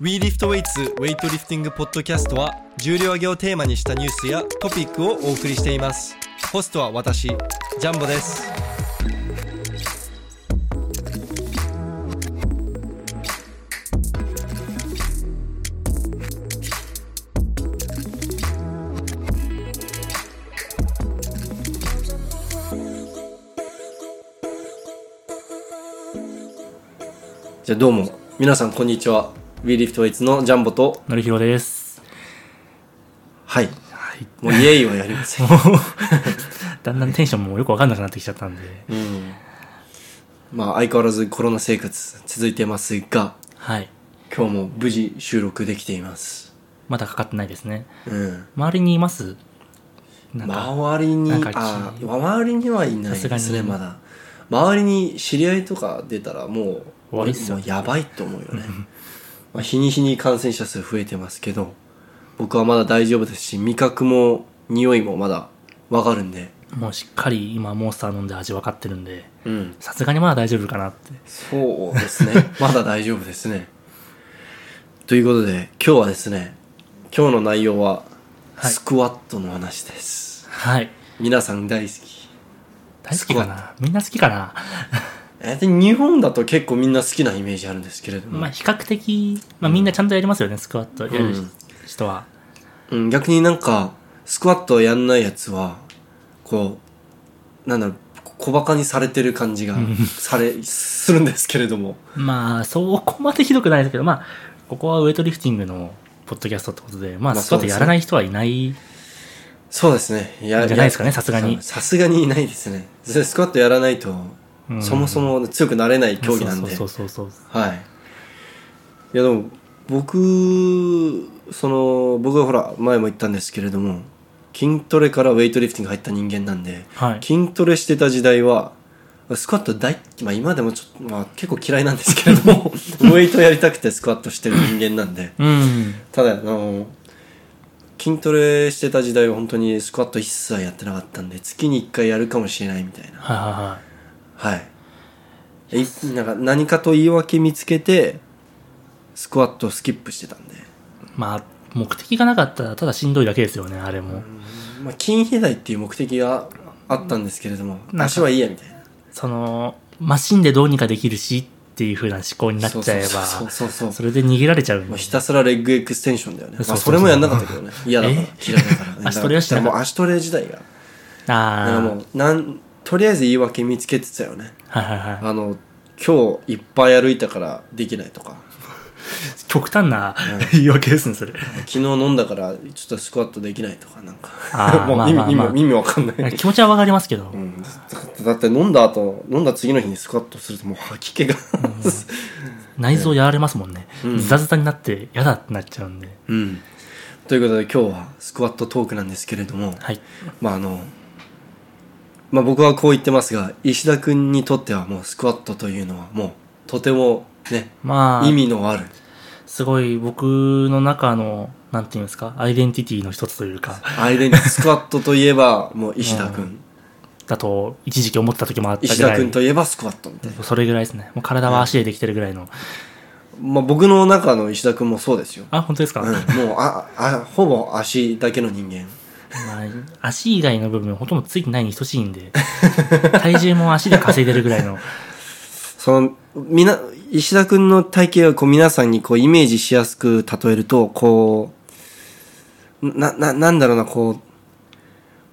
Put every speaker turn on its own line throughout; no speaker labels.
WeLiftWeights ウェイトリフティングポッドキャストは重量挙げをテーマにしたニュースやトピックをお送りしていますホストは私ジャンボですじゃあどうも皆さんこんにちは WeLiftWeights のジャンボと
のりひろです。
はい、はい、もうイエイはやりま せん
だんだんテンションもよくわかんなくなってきちゃったんで。
うんまあ相変わらずコロナ生活続いてますが
はい。
今日も無事収録できています
まだかかってないですね。
うん
周りにいますなんか、
周りに
なんか
あ
き
周りにはいない
さすが
で
に
すねまだ周りに知り合いとか出たらもう
終わりっすよ
もうやばいと思うよね まあ日に日に感染者数増えてますけど僕はまだ大丈夫ですし味覚も匂いもまだわかるんで
もうしっかり今モンスター飲んで味わかってるんで、
うん
さすがにまだ大丈夫かなって。
そうです ねまだ大丈夫ですねということで今日はですね今日の内容は
はい
スクワットの話です、
はい。
皆さん大好き
大好きかなみんな好きかな
えで日本だと結構みんな好きなイメージあるんですけれども、
まあ比較的、まあみんなちゃんとやりますよね、スクワットやる
うん
人は。
うん、逆になんかスクワットをやんないやつはこうなんだろうこ小バカにされてる感じがされするんですけれども
まあそこまでひどくないですけど、まあここはウェイトリフティングのポッドキャストってことで、まあ
まあ
スク
そう
ワット
ですね
やらない人はいない
そうですねや
じゃないですかね
や
さすがに
そうさすがにいないですねそれスクワットやらないと、
うん
そもそも強くなれない競技なんで
そうそうそうそう
はいいやでも僕その僕はほら前も言ったんですけれども筋トレからウェイトリフティング入った人間なんで
はい
筋トレしてた時代はスクワット大、まあ、今でもちょっと、まあ、結構嫌いなんですけれどもウェイトやりたくてスクワットしてる人間なんで
うん
ただあの筋トレしてた時代は本当にスクワット一切やってなかったんで月に1回やるかもしれないみたいな
はいはいはい
はいえいなんか何かと言い訳見つけてスクワットをスキップしてたんで、
まあ目的がなかったらただしんどいだけですよねあれも、
まあ、筋肥大っていう目的があったんですけれども
んか
足はいいやみたいな
そのマシンでどうにかできるしっていう風な思考になっちゃえば
そうそうそうそうそう
それで逃げられちゃうんで
もうひたすらレッグエクステンションだよね。ま
そう
あ、
そ
そ
うそう
れもやんなかったけどね。嫌だから。嫌いだから、ね。
足トレはしなかった
だからもう足トレ時代が。だから
あ
もうなん、とりあえず言い訳見つけてたよね。
あはいはいは
あの、今日いっぱい歩いたからできないとか、
い極端な言い訳ですねそれ
昨日飲んだからちょっとスクワットできないとか、なんか
あ。ー
も
ま
う
あ
意味、
まあまあ
意味意味わかんない。
気持ちはわかりますけど、
うんだって飲んだ後、飲んだ次の日にスクワットするともう吐き気が。
内臓やられますもんね、
うん
ズタズタになって嫌だってなっちゃうんで
うん。 ということで今日はスクワットトークなんですけれども、
はい
まああの、まあ、僕はこう言ってますが石田君にとってはもうスクワットというのはもうとてもね
まあ
意味のある
すごい僕の中のなんていうんですかアイデンティティの一つというか
アイデンティティスクワットといえばもう石田君、
だと一時期思ってた時もあった
石
ぐら
田
い
君といえばスクワットみたいな、
それぐらいですね。もう体は足でできてるぐらいの。
まあ、僕の中の石田君もそうですよ、
あ、本当ですか、
うん、もうああほぼ足だけの人間
まあ、足以外の部分ほとんどついてないに等しいんで、体重も足で稼いでるぐらいの。
そのみな石田君の体型をこう皆さんにこうイメージしやすく例えるとこうなななんだろうなこ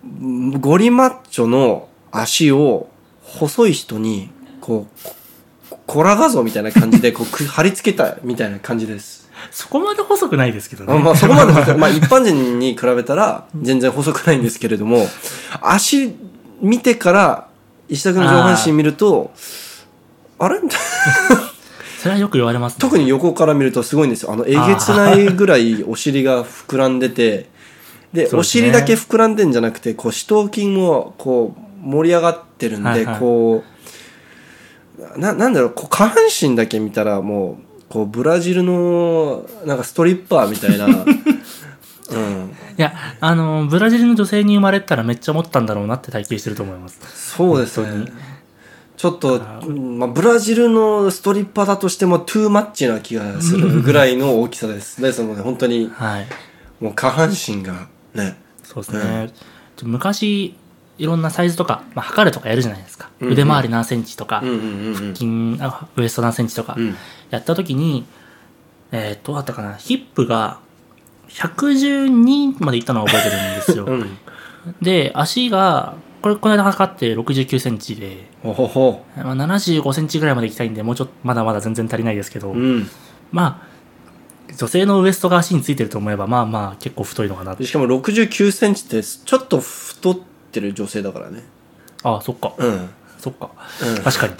うんゴリマッチョの足を細い人にこうこコラ画像みたいな感じでこうく貼り付けたみたいな感じです。
そこまで細くないですけど
あ
ね。
まあそこまで細く まあ一般人に比べたら全然細くないんですけれども足見てから石田君の上半身見るとあれ
それはよく言われますね。
特に横から見るとすごいんですよあのえげつないぐらいお尻が膨らんでてで
そうですね
お尻だけ膨らんでんじゃなくてこう四頭筋もこう盛り上がってるんで、
はいはい
こうななんだろうこう下半身だけ見たらもうこうブラジルのなんかストリッパーみ たいな、うん、
いや、あの、ブラジルの女性に生まれたらめっちゃ思ったんだろうなって体験してると思います。
そうですねちょっと、うんまあ、ブラジルのストリッパーだとしても、トゥーマッチな気がするぐらいの大きさです。ですので、本当に、
はい。
もう下半身が、ね。
そうですね。ちょ昔、いろんなサイズとか、まあ、測るとかやるじゃないですか。腕周り何センチとか、
うんうんうん
筋あウエスト何センチとか、
うん。
やった時に、えー、どうだったかな、ヒップが112までいったのは覚えてるんです よ。
うん。うん。
で、足が、これ、この間測って69センチで、
ほほほ。
まあ、75センチぐらいまで行きたいんで、もうちょっと、まだまだ全然足りないですけど、
うん。
まあ、女性のウエストが足についてると思えば、まあまあ、結構太いのかなって
しかも69センチって、ちょっと太ってる女性だからね。
ああ、そっか、
うん。
そっか、
うん
確かに。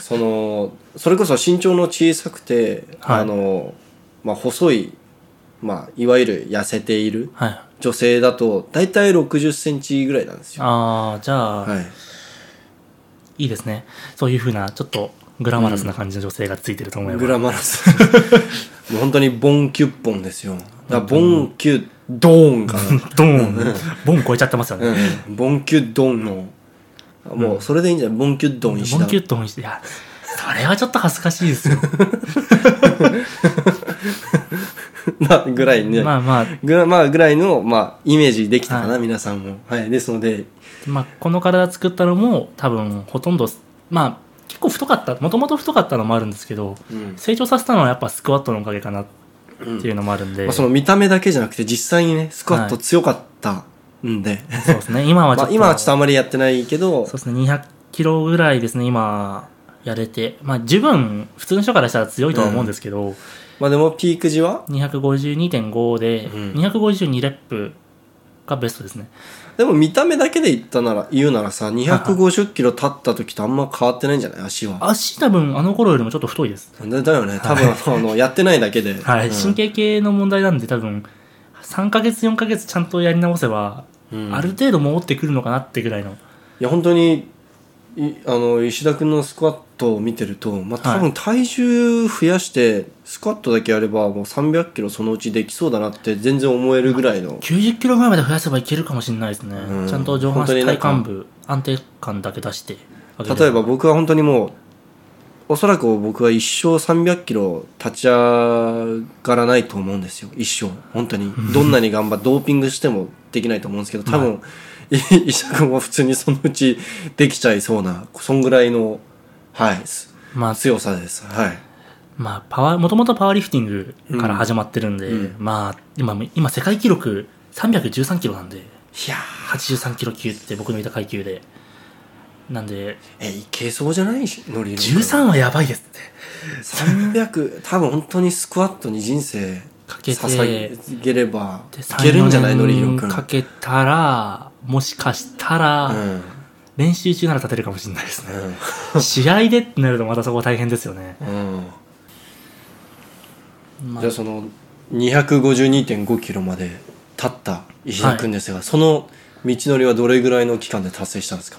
そのそれこそ身長の小さくて、
はい
あのまあ、細い、まあ、いわゆる痩せている
はい。
女性だと大体60センチぐらいなんですよ。
ああ、じゃあ、
はい、
いいですね。そういうふうな、ちょっとグラマラスな感じの女性がついてると思えば。
グラマラ スもう本当にボンキュッボンですよだからボンキュドーンが、
ドーン、ボン超えちゃってますよね。
うん、ボンキュドーンのもうそれでいいんじゃないボンキュドーン石
ボ
田
ンキュッとンして、いや、それはちょっと恥ずかしいですよ。
まあ ぐらいね、
まあまあ、
ぐらまあぐらいの、まあ、イメージできたかな、
は
皆さんも、はい、ですので
まあ、この体作ったのも、多分、ほとんど、まあ、結構太かった、もともと太かったのもあるんですけど、
うん
成長させたのはやっぱスクワットのおかげかなっていうのもあるんで、
まあ、そ
そう
の見た目だけじゃなくて実際にねスクワット強かったんで、
ですね、今はち
ま
ょっ
あ
と、
今はちょっとあまりやってないけど
そうですね、200キロぐらいですね、今、やれて、まあ、十分、普通の人からしたら強いとは思うんですけど、
まあでもピーク時は
252.5で、
うん
252レップがベストですね。
でも見た目だけで言ったなら言うならさ250キロ経った時とあんま変わってないんじゃない足は
足多分あの頃よりもちょっと太いです。
だだよね多分、あのやってないだけで、
はい、
うん
神経系の問題なんで多分3ヶ月4ヶ月ちゃんとやり直せば、
うん
ある程度戻ってくるのかなってぐらいの
いや本当にいあの石田君のスクワットを見てると、まあ、多分体重増やしてスクワットだけやればもう300キロそのうちできそうだなって全然思えるぐらいの
90キロぐらいまで増やせばいけるかもしれないですね、
うん
ちゃんと上半
本
身
当に
体幹部安定感だけ出してあげれば
例えば僕は本当にもうおそらく僕は一生300キロ立ち上がらないと思うんですよ一生本当にどんなに頑張ってドーピングしてもできないと思うんですけど多分、い石田君は普通にそのうちできちゃいそうなそんぐらいのはいす
まあ
強さですはい
まあパワーもともとパワーリフティングから始まってるんで、
うん
まあ今今世界記録313キロなんで
いや
83キロ級って僕のいた階級でなんで
ーえいけそうじゃないしノリノリ
13はやばいですって
300多分本当にスクワットに人生
かけて
捧げれば
で
いけるんじゃない
3-4
ノリヒロ君
かけたらもしかしたら、
うん
練習中なら立てるかもしれないですね
うん
試合でってなるとまたそこは大変ですよね、
うん
ま
じゃあその252.5キロまで立った石田君ですが、その道のりはどれぐらいの期間で達成したんですか、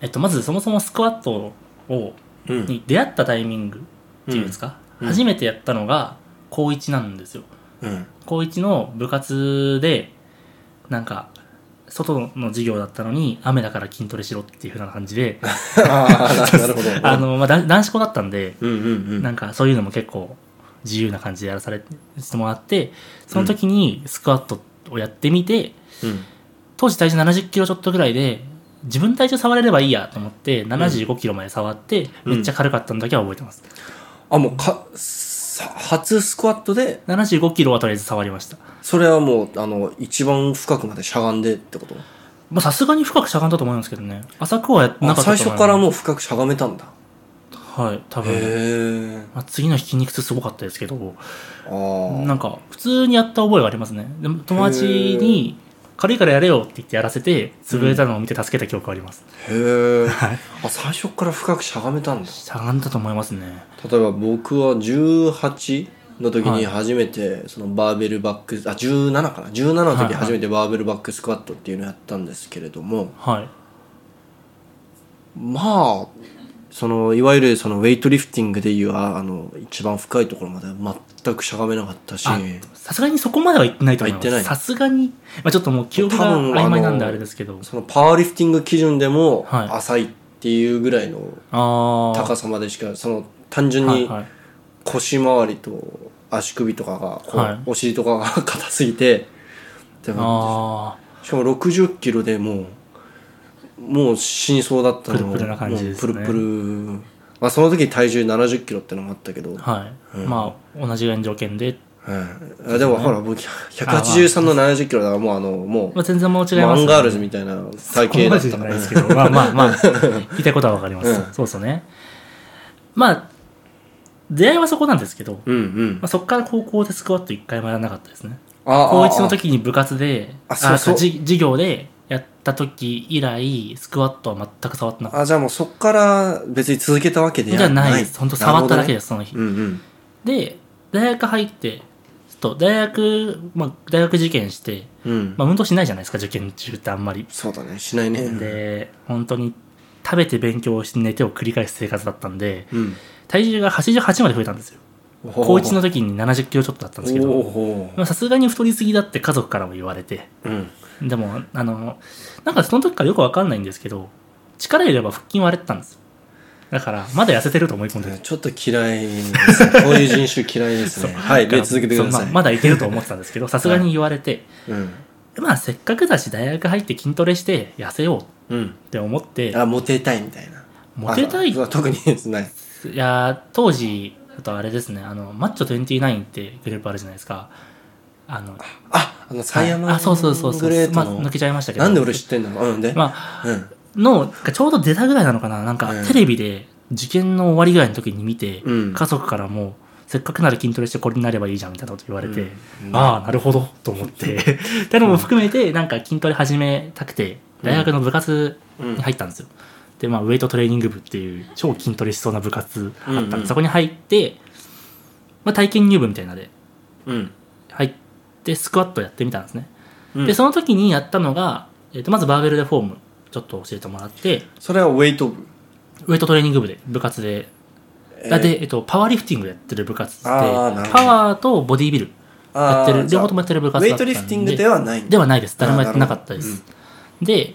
えっと、まずそもそもスクワットを
うん、
に出会ったタイミングっていうんですか、
うんうん
初めてやったのが高1なんですよ
うん
高1の部活でなんか外の授業だったのに雨だから筋トレしろっていう風な感 じで
ああなるほど
あの、まあ、だ男子校だったんで
うんうんう
なんんかそういうのも結構自由な感じでやらされしてもらって、その時にスクワットをやってみて、
うん
当時体重70キロちょっとぐらいで、自分体重触れればいいやと思って、75キロまで触って、
うん
めっちゃ軽かったのだけは覚えてます。
あもうかさ初スクワットで
75キロはとりあえず触りました。
それはもうあの一番深くまでしゃがんでってこと
まあさすがに深くしゃがんだと思いますけどね。浅くはやってな
あ
かったと思
最
いま
初
す。
からもう深くしゃがめたんだ
はい、多
へ
分。
え
まあ、次の日筋肉痛すごかったですけど、
あー
なんか普通にやった覚えがありますね。でも友達に、軽いからやれよって言ってやらせて、潰れたのを見て助けた記憶があります。
へえ
はい。
あ最初から深くしゃがめたんだ
しゃがんだと思いますね。
例えば僕は18の時
はい
に初めてそのバーベルバックあ17かな17の
はいは
時
い
初めてバーベルバックスクワットっていうのをやったんですけれども
はい。
まあそのいわゆるそのウェイトリフティングでいうああの一番深いところまでは全くしゃがめなかったし
あさすがにそこまでは行ってないと思いま
あ行ってな
す。
い
さすがに、まあ、ちょっともう記憶
多
が
分
曖昧なんで
あの
あれですけど、
そのパワーリフティング基準でも
はい
浅いっっていうぐらいの
ああ。
高さまでしかその単純
はい
に
はい。
腰回りと足首とかがこう、
はい
お尻とかが硬すぎてでも
ああ。
しかも60キロでもうもう死にそうだったのを
プルプルな感じですね
もうプルプルまあその時体重70キロってのもあったけど、
はい。まあ、同じぐらいの条件で、
はいあでもほら僕183の70キロだからもうあのも
まあ、全然もう違
う
いま
マ
す
ン
よね。
ガールズみたいな体型だ
マ
っ
ジじ
た
ゃ
か
ない
ら
ですけど、まあまあまあ、言いたいことはわかります。
うん
そうですね。まあ、出会いはそこなんですけど、ま
うんうん
あ、そこから高校でスクワット一回もやらなかったですね。
あ
高1の時に部活で、
あそうそう
じ授業でやった時以来、スクワットは全く触ってなかっ
あじゃあもうそっから別に続けたわけで
た。
や、
じゃないです。本当触っただけですす、その日。
なるほどねうんうん
で、大学入って、ちょっと大学、まあ、大学受験して、
うん、
まあ、運動しないじゃないですか、受験中ってあんまり。
そうだねしないね
で、本当に食べて勉強して寝てを繰り返す生活だったんで、
うん
体重が88まで増えたんですよ。高1の時に70キロちょっとだったんですけ
お
ど、
お
まあさすがに太りすぎだって家族からも言われて、
うん
でも、あの、なんかその時からよくわかんないんですけど、力入れば腹筋割れてたんですよ。だから、まだ痩せてると思い込んでて
ちょっと嫌いです こういう人種嫌いですねはいで続けてくだ
そう
さい、
まあまだいけると思ってたんで すけど、さすがに言われて、
うん
まあせっかくだし大学入って筋トレして痩せよう
うん
って思って、
あモテたいみたいな
モテたい
あそう特にですね
いやー当時あとあれですねあのマッチョ29ってグループあるじゃないですかあの
ああのサイヤマン
あそうそうそうそう
グレート
まあ、
の、
抜けちゃいましたけど
なんで俺知ってんのうんで、
まあ
うん
のちょうど出たぐらいなのかななんか
うん
テレビで受験の終わりぐらいの時に見て、
うん
家族からもせっかくなら筋トレしてこれになればいいじゃんみたいなこと言われて、
うん
ああなるほどと思って ってのも含めてなんか筋トレ始めたくて大学の部活に入ったんですよ、でまあウェイトトレーニング部っていう超筋トレしそうな部活あったんで、
うんうん
そこに入って、まあ、体験入部みたいなので
うん
入ってスクワットやってみたんですね、
うん
でその時にやったのが、えー、とまずバーベルでフォームちょっと教えてもらって
それはウェイト部
ウェイトトレーニング部で部活で、
えー
だって、えっと、パワーリフティングやってる部活でパ
あーなるほど
ワーとボディービルやって
あ
る
ーじゃ
両
あ
方ともやってる部
ウ
活
ェ
だ
イ
っ
ト
たんで
リフティングではないんだ
ではないです誰もやってなかったで
あーなる
す
ほ、
で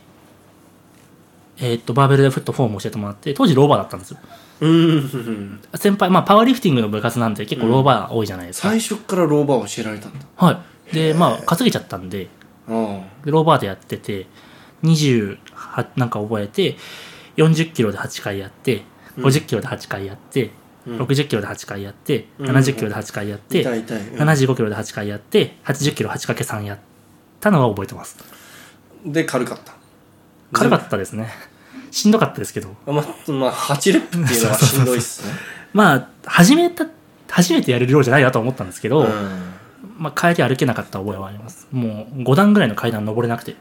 えっとバーベルでフットフォームを教えてもらって当時ローバーだったんですよ
うん
先輩、まあ、パワーリフティングの部活なんで結構ローバー多いじゃないですか、
最初からローバーを教えられたんだ
はいでまあ担げちゃったんで
うん
でローバーでやってて28なんか覚えて40キロで8回やって
うん
50キロで8回やって、
うん
60キロで8回やって、
うん
70キロで8回やって、
痛い痛い、うん
75キロで8回やって80キロ 8×3 やったのは覚えてます
で軽かった
軽かったですねしんどかったですけど
ままあ8レップっていうのはしんどいっすね
まあ始めた初めてやれる量じゃないなと思ったんですけど、
うん
まあ、帰り歩けなかった覚えはありますもう5段ぐらいの階段登れなくて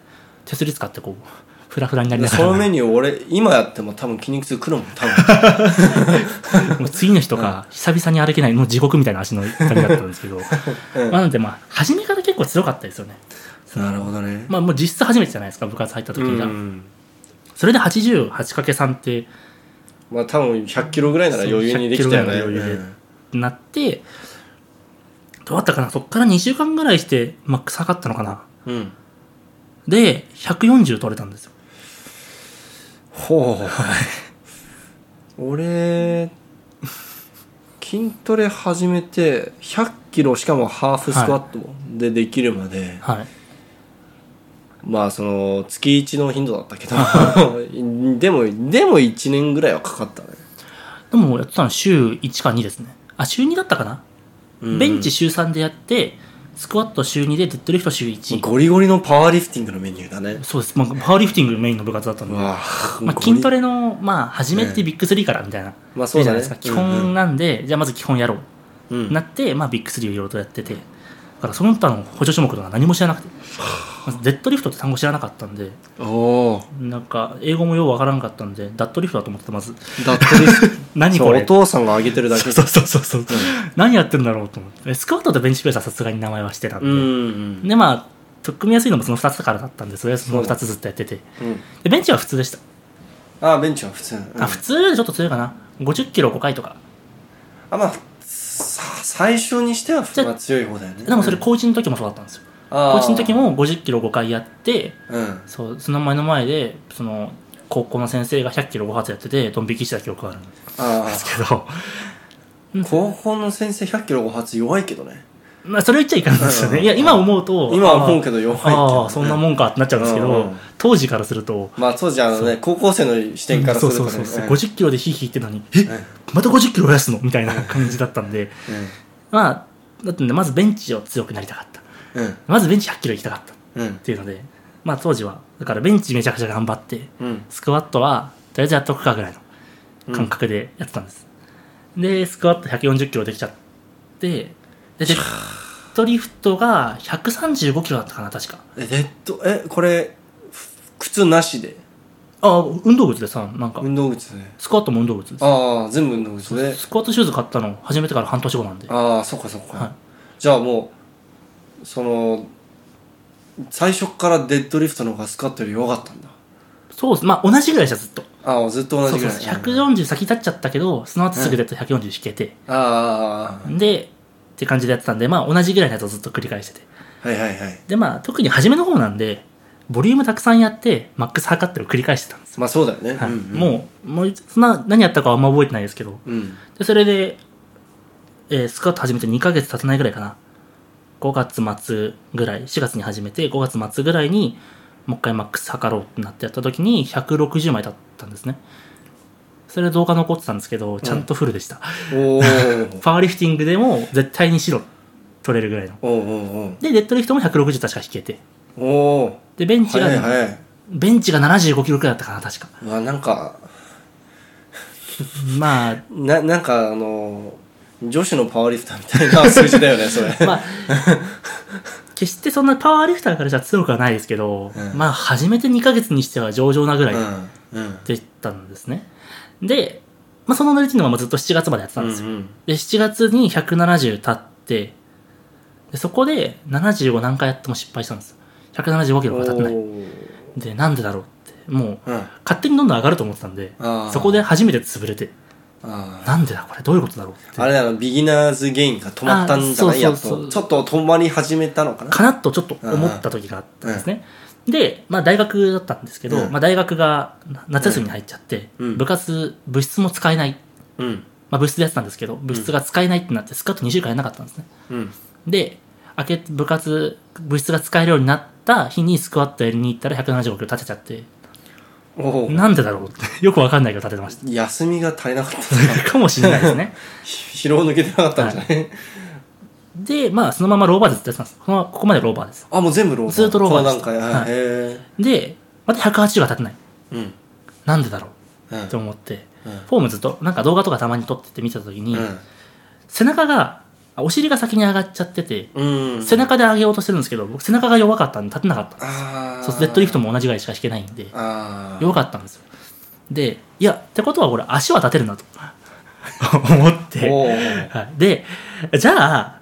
手すり使ってこうフラフラになり
で
なが
その
ら
メニュー俺今やっても多分筋肉痛くるもん多 分
もう次の日とか、久々に歩けない、もう地獄みたいな足の痛みだったんですけど、まあ、なので、まあ、初めから結構強かったですよね。
なるほどね
まあ、もう実質初めてじゃないですか、部活入った時が。
うん
それで 88×3 って
まあ多分100キロぐらいなら余裕にできたよね
100キロぐらいなら余裕で
うん
なって、どうだったかな、そっから2週間ぐらいして、マックス測ったのかな。
うん
で、140取れたんですよ。
ほう俺筋トレ始めて100キロしかもハーフスクワットでできるまで、
はい。
まあその月1の頻度だった けどでもでも1年ぐらいはかかったね
でも、やってたの週1か2ですね。あ、週2だったかな。
うん
ベンチ週3でやって、スクワット週2で、デッドリフト週1。
ゴリゴリのパワーリフティングのメニューだね
そうです。まあ、パワーリフティングメインの部活だったん
う
で。
わ
まあ、筋ト
レ
レの、まあ、初めてビッグ3からみたいな、
まあそうだね
じゃないですか基本なんで、じゃあまず基本やろう、
うん
なって、まあ、ビッグ3をいろいろとやっててだからその他の補助種目とか何も知らなくてまずデッドリフトって単語知らなかったんで
おお
なんか英語もようわからなかったんでダットリフトだと思ってたまず
ダットリフト
何
そう
こ
お
れ
父さんが上げてるだけ
そうそうそうそう、何やってんだろうと思ってえスクワットとベンチプレスはさすがに名前はしてたんで、
うんうん
でまあ取っ組みやすいのもその2つからだったんでそれはその2つずっとやってて
うん
でベンチは普通でした、
あベンチは普通うん
あ普通よりちょっと強いかな50キロ5回とか
あまあさ最初にしては
じゃ
まあ強い方だよね
でもそれ高1の時もそうだったんですよ
あー
高1の時も50キロ5回やって
うん
そうその前の前でその高校の先生が100キロ5発やっててドン引きした記憶があるんで
あ
すけど、
あ高校の先生100キロ5発弱いけどね
まあ、それ言っちゃいかんですよ
う
ね
ん
いや今思うと
今は思うけど弱いけどね
ああそんなもんかってなっちゃうんですけど、
うんうん
当時からすると
まあ当時あのね高校生の視点からす
そ
る
う
と
そう
ね
そうそう
うん
50キロでヒーヒー言ってたのにえまた50キロ増やすのみたいな感じだったんでまあだってねまずベンチを強くなりたかった
うんうん
まずベンチ100キロ行きたかったっ
うん
ていうのでまあ当時はだからベンチめちゃくちゃ頑張って
うん
スクワットはとりあえずやっとくかぐらいの感覚でやってたんです、でスクワット140キロできちゃってでデッドリフトが135キロだったかな確か
えデッドえこれふ靴なしで
ああ運動靴でさなんか
運動靴で
スクワットも運動靴です
ああ全部運動靴で
スクワットシューズ買ったの始めてから半年後なんで
ああそっかそっか、
は
じゃあもうその最初からデッドリフトの方がスカットより弱かったんだ
そうですまあ同じぐらいでしたずっと
ああずっと同
そ
じ
う
ぐ
そう
らい
そう140先立っちゃったけどその後すぐで140引けて、
ああああ
でって感じでやってたんでまあ同じぐらいのやつをずっと繰り返してて
ああはいはいはい
でまあ特に初めの方なんでボリュームたくさんやってマックス測ってを繰り返してたんですよ、
まあそうだよね、
はい
うんうん、
もうもうそんな何やったかはあんま覚えてないですけど
う、 うん、
でそれで、えースカート始めて2ヶ月経たないぐらいかな5月末ぐらい4月に始めて5月末ぐらいにもう一回マックス測ろうってなってやった時に160枚だったんですねそれは動画残ってたんですけどちゃんとフルでした、
おお
パワーリフティングでも絶対に白取れるぐらいの
おお
でデッドリフトも160確か引けて
おおお
でベンチが、
早い早い
ベンチが75キロくらいだったかな確か
うわなんか
まあ
ななんかあの女子のパワーリフターみたいな 数字だよねそれ
まあ、決してそんなパワーリフターからじゃ強くはないですけど、
うん
まあ、初めて2ヶ月にしては上々なぐらい
うんうん
出たんですね。で、まあ、そのノリっていうのはもうずっと7月までやってたんですよ。
うんうん
で、7月に170経って、でそこで75何回やっても失敗したんですよ。175キロが当たってな
お
い。
ー
で、なんでだろうって、もう、
うんあ
勝手にどんどん上がると思ってたんで、
あ
そこで初めて潰れて、
あ
なんでだこれ、どういうことだろうって
あ。れだろビギナーズゲインが止まったんじゃない
あ
や
ー
っ
そうそうそう
とちょっと止まり始めたのかな
かなとちょっと思った時があったんですね。で、まあ、大学だったんですけど、
うん
まあ、大学が夏休みに入っちゃって、
うん
部活部室も使えない、
うん
まあ、部室でやってたんですけど部室が使えないってなってスカート2週間やんなかったんですね
うん
で明け部活部室が使えるようになった日にスクワットやりに行ったら175キロ立てちゃって
おお
なんでだろうって よくわかんないけど立てて まし
休みが足りなかった
たかもしれないですね
疲労抜けてなかったんじゃない、
でまあそのままローバーですってやってたんですこのここまでローバーです
あもう全部ローバー
ずっとローバーでした
この段階、
はい
へえ
でまた180が立てない
うん
なんでだろ
う
うんって思って
うん
フォームずっとなんか動画とかたまに撮ってて見てた時に、
う
背中があお尻が先に上がっちゃってて、
んうん
背中で上げようとしてるんですけど僕背中が弱かったんで立てなかったんで
ああ
すそうデッドリフト
も
も同じぐらいしか引けないんで
ああ
弱かったんですよでいやってことは俺足は立てるなと 思って、
おお
はい、でじゃあ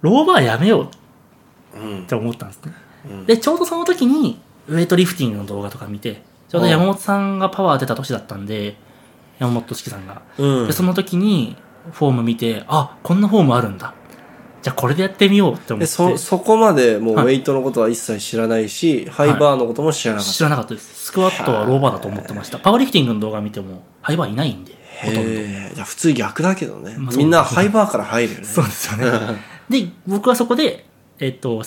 ローバーやめようっ
うん
て思ったんですね
うん
でちょうどその時にウエイトリフティングの動画とか見てちょうど山本さんがパワー出た年だったんで山本志樹さんが
うん
でその時にフォーム見てあこんなフォームあるんだじゃあこれでやってみようって思
で
っ
そ
て
そこまでもうウ
はい
ェイトのことは一切知らないし、
い
ハイバーのことも知らなかっ
知らなかったですスクワットはローバーだと思ってましたパワーリフティングの動画見てもハイバーいないんで
た、
ほとんど
へえじゃあ普通逆だけどね、
まあそう
みんなハイバーから入るよね
そうですよねで僕はそこで、えっと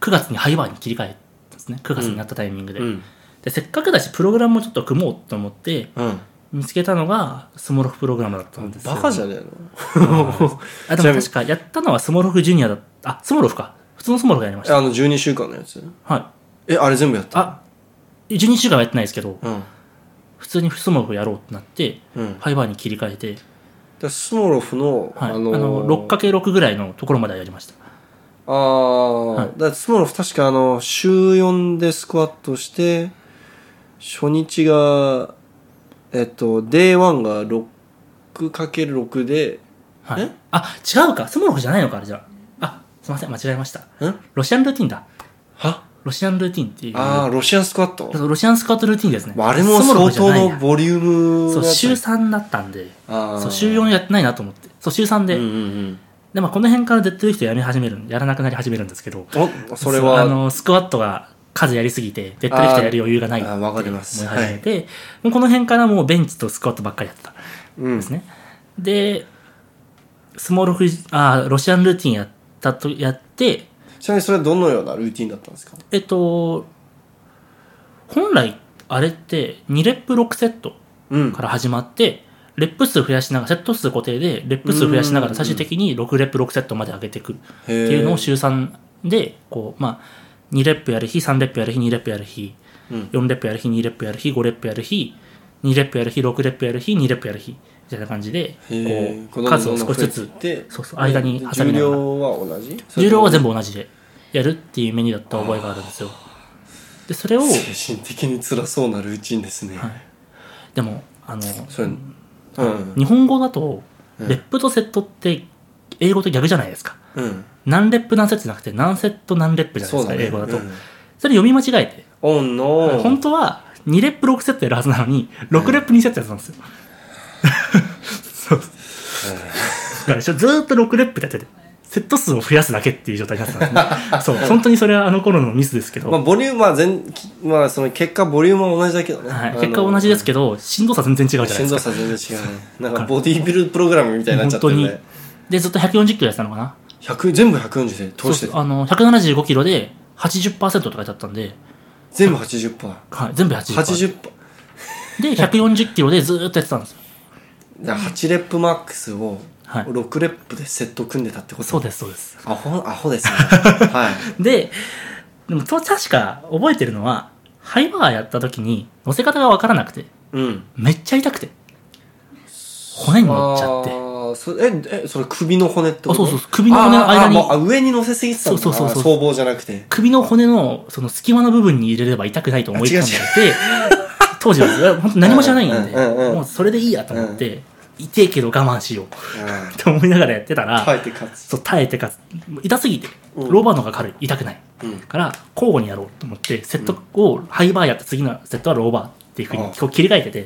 9月にハイバーに切り替えたんですね9月になったタイミングで,、
うん
でせっかくだしプログラムもちょっと組もうと思って
うん
見つけたのがスモロフプログラムだったんですよ
バカじゃねえの
あでも確かやったのはスモロフジュニアだったあスモロフか普通のスモロフがやりました
あの12週間のやつ
はい
えあれ全部やった
あ12週間はやってないですけど
うん
普通にスモロフやろうってなって
うん
ファイバーに切り替えて、
でスモロフの、
はい、あ
あ
の
のー、
6×6 ぐらいのところまではやりました
ああ、
はい
だからスモロフ確かあの週4でスクワットして初日がえっと Day1 が 6×6 で
はい
え
あ違うかスモロフじゃないのかあれじゃああすいません間違えました
ん
ロシアンルーティンだ
は
ロシアンルーティンっていう
ああロシアンスクワット
ロシアンスカートルーティンですね
まああれも相
じゃ
当
ない
の
や
ボリューム
そう
のやつ
週3だったんで
あー
そう週4やってないなと思ってそう週3で、
うんうん
でまあこの辺からデッドリフトやめ始めるんやらなくなり始めるんですけど
うんおそれ
そう
は
あのスクワットが数やりすぎて、デッドリフトやる余裕がない
あーあーわかります
思い始めて、もうこの辺からもうベンチとスクワットばっかりやってたん
うん
ですね。で、スモールフジ、あーロシアンルーティンやったと、やって、
ちなみにそれはどのようなルーティンだったんですか
えっと、本来、あれって2レップ6セット
うん
から始まって、レップ数増やしながら、セット数固定で、レップ数増やしながら、最終的に6レップ6セットまで上げていく
って
っていうのを週3で、こう、まあ、2レップやる日、3レップやる日、2レップやる日、
うん
4レップやる日、2レップやる日、5レップやる日、2レップやる日、6レップやる日、2レップやる日、みたいな感じで、
へ
こ
ー
う、数を少しずつ、
で
そうそう、間に挟
重
みながら。
量は同じ
重量は全
部
部同じでやるっていうメニューだった覚えがあるんですよ。で、それを、
精神的に辛そうなルーティンですね、
はいでも、あの、
それうん
日本語だと、
うん
レップとセットって英語と逆じゃないですか。
うん
何レップ何セットじゃなくて、何セット何レップじゃないですか、英語だと。
うん
それ読み間違えて。
オンの
本当は2レップ6セットやるはずなのに6レップ2セットやってたんですよ、そうだからずーっと6レップでやっててセット数を増やすだけっていう状態になってたんです ねそう本当にそれはあの頃のミスですけど、
まあボリュームは全きまあその結果ボリュームは同じだけどね、
はい、結果は同じです
け
けどしんどさ全然違うじゃないで
心
す
臓
か
差全然違うねなんかボディービルプログラムみたいになっちゃ
本
ってる
当に
ね
でずっと140キロやってたのかな
100全部140で通して
そうあの175キロで80%とかやっちゃったんで、
全部 80%80%
はい、全部80%,
80%
で140キロでずーっとやってたんですよ
だから8レップマックスを
はい
6レップでセット組んでたってこと
そうですそうです
アホアホ ですねはい
で、でも、と確か覚えてるのは、ハイバーやった時に乗せ方がわからなくて、
うん
めっちゃ痛くて、骨に乗っちゃって、
あーそれええそれ首の骨ってこと
あそうそうそう首の骨の間に
あーあーもうあ上に乗せすぎてたんだ
そうそうそうそう
総合じゃなくて
首の骨のその隙間の部分に入れれば痛くないと思い込んでいて、当時 はですよ本当何も知らないん
うんうんうんう
で、
ん
もうそれでいいやと思って、痛いけど我慢しよう
うん
と思いながらやってたら、
耐えて勝つ
そう耐えてかつ、痛すぎて、
うん
ローバーの方が軽い、痛くない。
うん
から交互にやろうと思ってセットをハイバーやった次のセットはローバーっていうふう
あ
に
あ
こう切り替えてて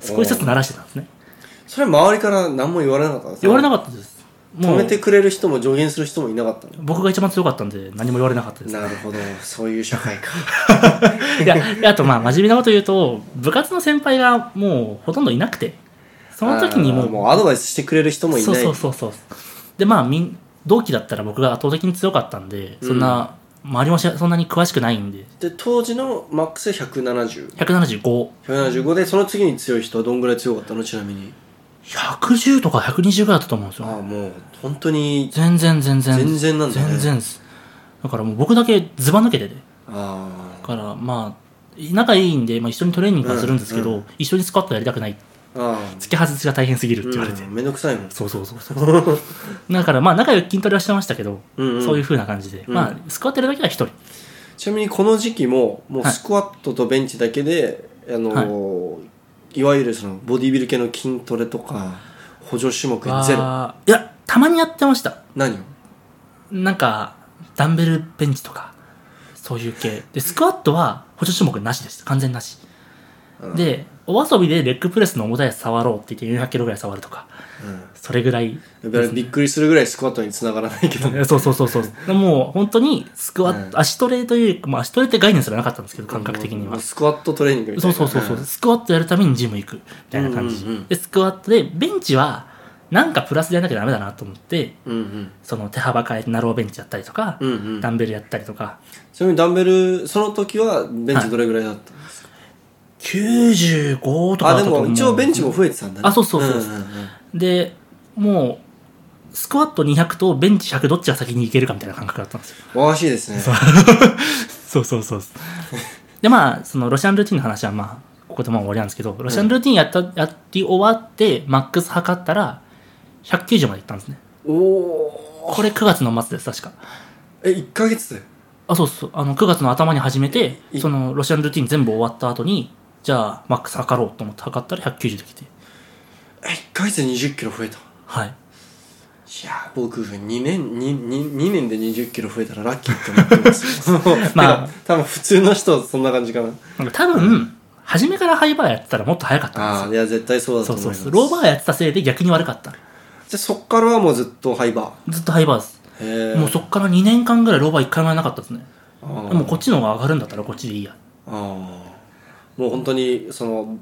少しずつ慣らしてたんですね
それ周りから何も言われなかったんです
言われな
か
かったですも
止め
う
てくれる人も助言する人もいなかったの
僕が一番強かったんで何も言われなかったです
なるほどそういう社会か
いやであとまあ真面目なこと言うと部活の先輩がもうほとんどいなくて その時にも
あ
う
ーもうアドバイスしてくれる人もいない
そうそうそうそうでまあみん同期だったら僕が圧倒的に強かったんでそんな、周りもしそんなに詳しくないんで
で当時のマックス170175
175
7でその次に強い人はどんぐらい強かったのちなみに
110とか120ぐらいだったと思うんですよ
ああもう本当に
全然全然
全然なんだね
全然ですだからもう僕だけずば抜けてて
あ
だからまあ仲いいんで、まあ、一緒にトレーニングはするんですけど、
う
一緒にスクワットやりたくない
ああ
付け外しが大変すぎるって言われて、
あめんどくさいもん
そうそうそうそうだからまあ仲良く筋トレはしてましたけど、
うんうん
そういう風な感じで、
うん
まあスクワットやるだけは一人
ちなみにこの時期ももう
はい
スクワットとベンチだけで、い、あのーい、わゆるそのボディビル系の筋トレとか補助種目ゼロ
あーいやたまにやってました
何を
なんかダンベルベンチとかそういう系でスクワットは補助種目なしです完全なし、
うん
でお遊びでレッグプレスの重たいやつ触ろうって言って400キロぐらい触るとかそれぐらい
うん、だからびっくりするぐらいスクワットにつながらないけどね
そうそうそうそうもう本当にスクワット、
うん
足トレというか、まあ、足トレって概念すらなかったんですけ ど感覚的に
も
は
うスクワットトレーニングみた
そ
いうな
そうそうそう、スクワットやるためにジム行くみたいな感じ、
うんうんうん
でスクワットでベンチはなんかプラスでやらなきゃダメだなと思って
うんうん
その手幅変えてナローベンチやったりとか、
うんうん
ダンベルやったりとか
ちなみにダンベルその時はベンチどれぐらいだったんですか、
95とかだ
あ
った
で
と思う
も一応ベンチも増えてたんだね
あそうそうそう
うんうんうん
でもうスクワット200とベンチ100どっちが先に行けるかみたいな感覚だったんですよ
おかしいですね
そうそうそう。 で、まあ、そのロシアンルーティンの話は、まあ、ここでもう終わりなんですけど、ロシアンルーティンやった、やって終わって、マックス測ったら、190までいったんですね。
おお
これ9月の末です、確か。
え一1か月で
あ、そうそう。あの、9月の頭に始めて、
い
その、ロシアンルーティン全部終わった後に、じゃあ、マックス測ろうと思って測ったら190できて。
え1か月で2 0キロ増えた
はい。
いや僕2年 2, 2, 2年で2 0キロ増えたらラッキーって思ってますよ
まあ
ま あ多分普通の人はそんな感じかな
なんか多分、初めからハイバーやってたらもっと早かったんです
あ
よ
あいや絶対そうだと
そう
思いま
そう
す
そう。ローバーやってたせいで逆に悪かった。
じゃあそっからはもうずっとハイバ
ずっとハイバーです。
ーへえ
もうそっから2年間ぐらいローバー1回もやらなかったですね。
あああ
もうこっちの方が上がるんだったらこっちでいいや
ああもう本当にその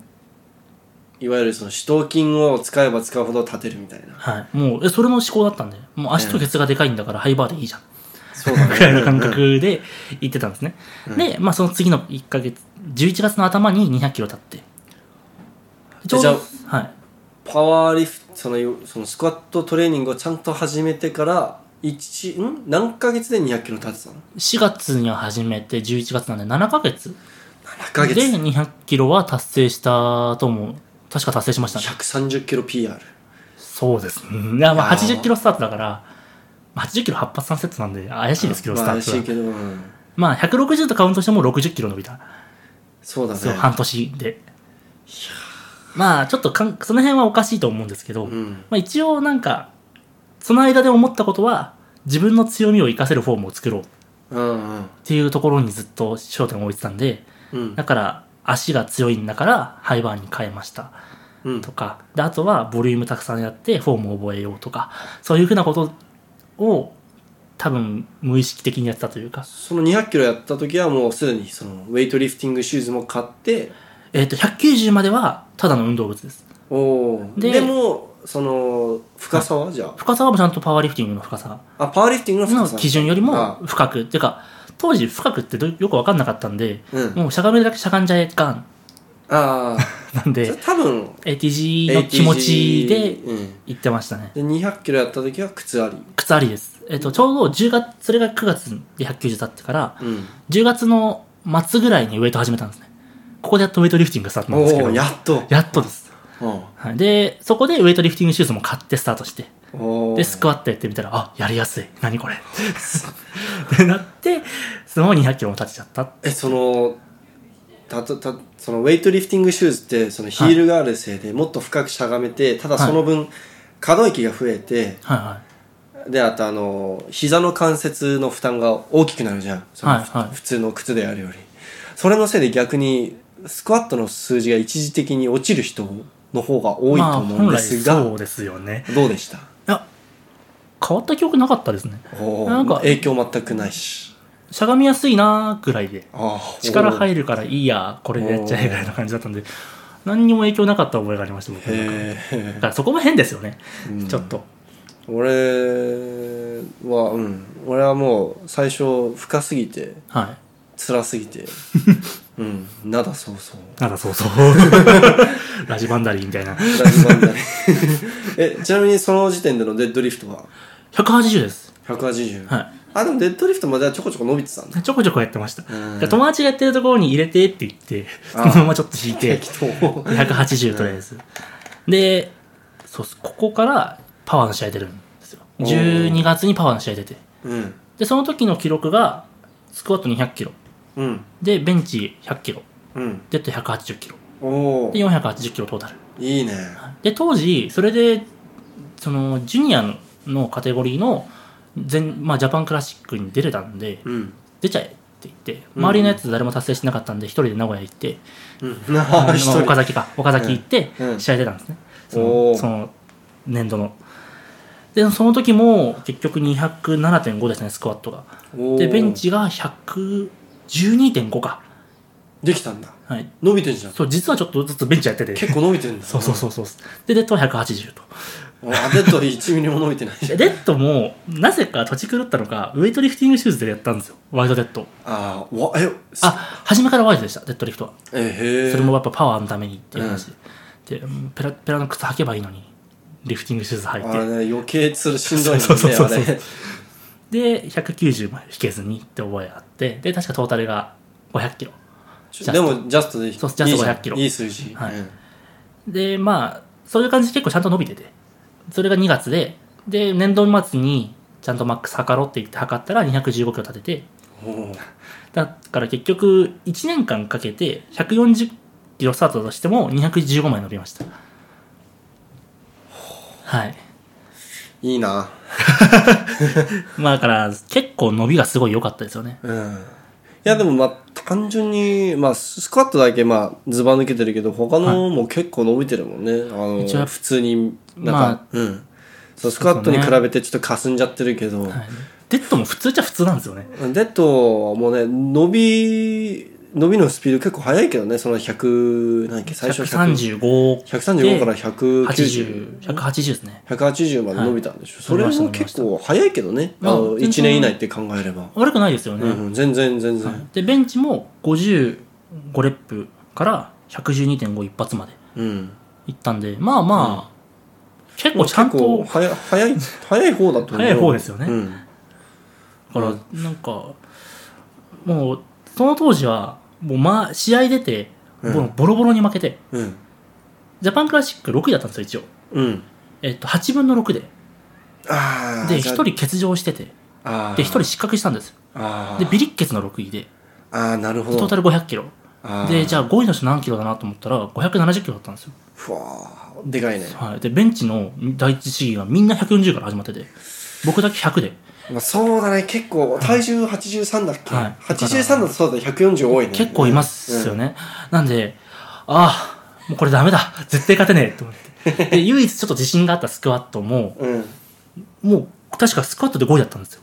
いわゆるその主導金を使えば使うほど立てるみたいな
はいもうえそれの思考だったんでもう足とケツがでかいんだからハイバーでいいじゃん
そうだ
くらいの感覚で行ってたんですね、で、まあ、その次の1ヶ月11月の頭に2 0 0キロ経ってちょうどはい
パワーリフそのそのスクワットトレーニングをちゃんと始めてから一ん何ヶ月で2 0 0キロ立てたの
4月には始めて11月なんで7ヶ月
?7 ヶ
で
月
2 0 0キロは達成したと思う確か達成しましたね
130キロ PR
そうですねいやまあ
あー
80キロスタートだから80キロ8発3セットなんで怪しいですけど、
まあ
スタート
怪
は
しいけど、うん
まあ160とカウントしても60キロ伸びた
そうだね
そう半年でまあちょっとかんその辺はおかしいと思うんですけど、
うん
まあ、一応なんかその間で思ったことは自分の強みを生かせるフォームを作ろうっ
うんうん
ていうところにずっと焦点を置いてたんで
うん
だから足が強いんだからハイバーに変えました
うん
とかであとはボリュームたくさんやってフォームを覚えようとかそういうふうなことを多分無意識的にやってたというか
その2 0 0キロやった時はもうすでにそのウェイトリフティングシューズも買って
えっ、と190まではただの運動物です
おー
で
でもその深さはじゃあ
深さはもうちゃんとパワーリフティングの深さ
あパワーリフティングの深
の
さ
基準よりも
あ
深くっていうか当時深くってどよく分かんなかったんで
うん
もうしゃがめるだけしゃがんじゃえガン
ああ
なん
それ
で
多分
ATG の気持ちで
ATG うん
行ってましたね
で2 0 0キロやった時は靴あり
靴ありです、えっとちょうど10月それが9月で190だってから
うん
10月の末ぐらいにウェイト始めたんですねここでやっとウェイトリフティングがスタートなん
お
ですけど
おやっと
やっとです、はい、でそこでウェイトリフティングシューズも買ってスタートして
うんおー
でスクワットやってみたらあやりやすい何これってなってそのまま2 0 0キロも立ちちゃった
えそのたとたそのウェイトリフティングシューズってそのヒールがあるせいでもっと深くしゃがめてただその分可動域が増えて
はいは
であとあの膝の関節の負担が大きくなるじゃんその
はいはい
普通の靴でやるよりそれのせいで逆にスクワットの数字が一時的に落ちる人の方が
い
多いと思うんです
まあ、
が、
本来そうですよね
どうでした
いや変わった記憶なかったですね
おー
なんか
影響全くないし
しゃがみやすいなーぐらいで力
る
入るからいいやこれでやっちゃえぐらいな感じだったんで何にも影響なかった覚えがありました僕の中で
へえ
だからそこも変ですよね、
うん
ちょっと
俺はうん俺はもう最初深すぎて
は
辛すぎ てうんなだそうそう
いなんかそうそう ラジバンダリーみたいな
ラジバンダリ えちなみにその時点でのデッドリフトは
180です
180、
は
あでもデッドリフトまではちょこちょこ伸びてたんだ
いちょこちょこやってました
うん
で友達がやってるところに入れてって言ってそ
あ
の
ー
ままちょっと引い て
適当
180とりあえず、でそうっすここからパワーの試合出るんですよ
おー
12月にパワーの試合出て
うん
でその時の記録がスクワット2 0 0キロ
うん
でベンチ1 0 0キロ
うん
デッド1 8 0キロ
おお
で4 8 0キロトータル
いいね
で当時それでそのジュニアのカテゴリーの全、まあ、ジャパンクラシックに出れたんで
うん
出ちゃえって言って周りのやつ誰も達成してなかったんで一人で名古屋行って、
うんな
あ
あ
の
一人
岡崎か岡崎行って
うんうん
試合出たんですね、そ
お
の
ー
その年度のでその時も結局207.5ですねスクワットが
おー
でベンチが112.5か、
できたんだ
はい、
伸びてんじゃん
そう実はちょっとずつベンチやってて
結構伸びてんだ
そうそうそうそうでデッドは180と
うんあデッド1ミリも伸びてないじゃ
で
ん
デッドもなぜか土地狂ったのかウェイトリフティングシューズでやったんですよワイドデッド
ああわえ
あ初めからワイドでしたデッドリフトは
えへえ
それもやっぱパワーのためにっていう話で,、でペラペラの靴履けばいいのにリフティングシューズ履いて
あれね余計つるしんどいもんね
そうそうそうそう
あれ
で190まで引けずにって覚えあってで確かトータルが500キロ
ちょでもジャストでいい
そうジャスト
いいじゃん
500キロ
いい数字
はい
うん
でまあそういう感じで結構ちゃんと伸びててそれが2月でで年度末にちゃんとマックス測ろうって言って測ったら215キロ立てて
おー
だから結局1年間かけて140キロスタートとしても215まで伸びましたはい
いいな
まあだから結構伸びがすごい良かったですよね
うんいやでもまあ単純に、まあ、スクワットだけまあずば抜けてるけど他のも結構伸びてるもんね、
一
あ
応
の普通になんか、
まあ
うん、そうスクワットに比べてちょっとかすんじゃってるけど、
はいデッドも普通じゃ普通なんですよね。
デッドはもうね、伸び、伸びのスピード結構速いけどね、その100、何だっけ、最初100
135
135から190。
80、180ですね。
180まで伸びたんでしょ、それ
伸びました伸
も
びまし
結
た
構早いけどね、
まあ
あの
全然
1年以内って考えれば、
悪くないですよね。
うんうん全然全然、
で、ベンチも55レップから112.5一発まで
うん
いったんで、まあまあ、結構ちゃん
結構
と、
早い早い早い方だと思う
早い方ですよね
うん
だから、なんか、もう、その当時は、もう、まあ、試合出て、
うん
もうボロボロに負けて、
うん
ジャパンクラシック6位だったんですよ、一応。
うん
えっと、8分の6で。
ああ
で、1人欠場してて、で、
あー
1人失格したんですよ。
あー
で、ビリッケツの6位で、
あーなるほ
ト
ど
ータル500キロ。
あー
で、じゃあ5位の人何キロだなと思ったら、570キロだったんですよ。
ふわーでかいね、
はい。で、ベンチの第一試技がみんな140から始まってて、僕だけ100で、
まあ、そうだね結構体重83だっけ、
はい
83だとそうだね140多いね
結構いますよね。なんで、ああ、もうこれダメだ。絶対勝てねえと思って。 で、唯一ちょっと自信があったスクワットも、
うん、うん
もう確かスクワットで5位だったんですよ。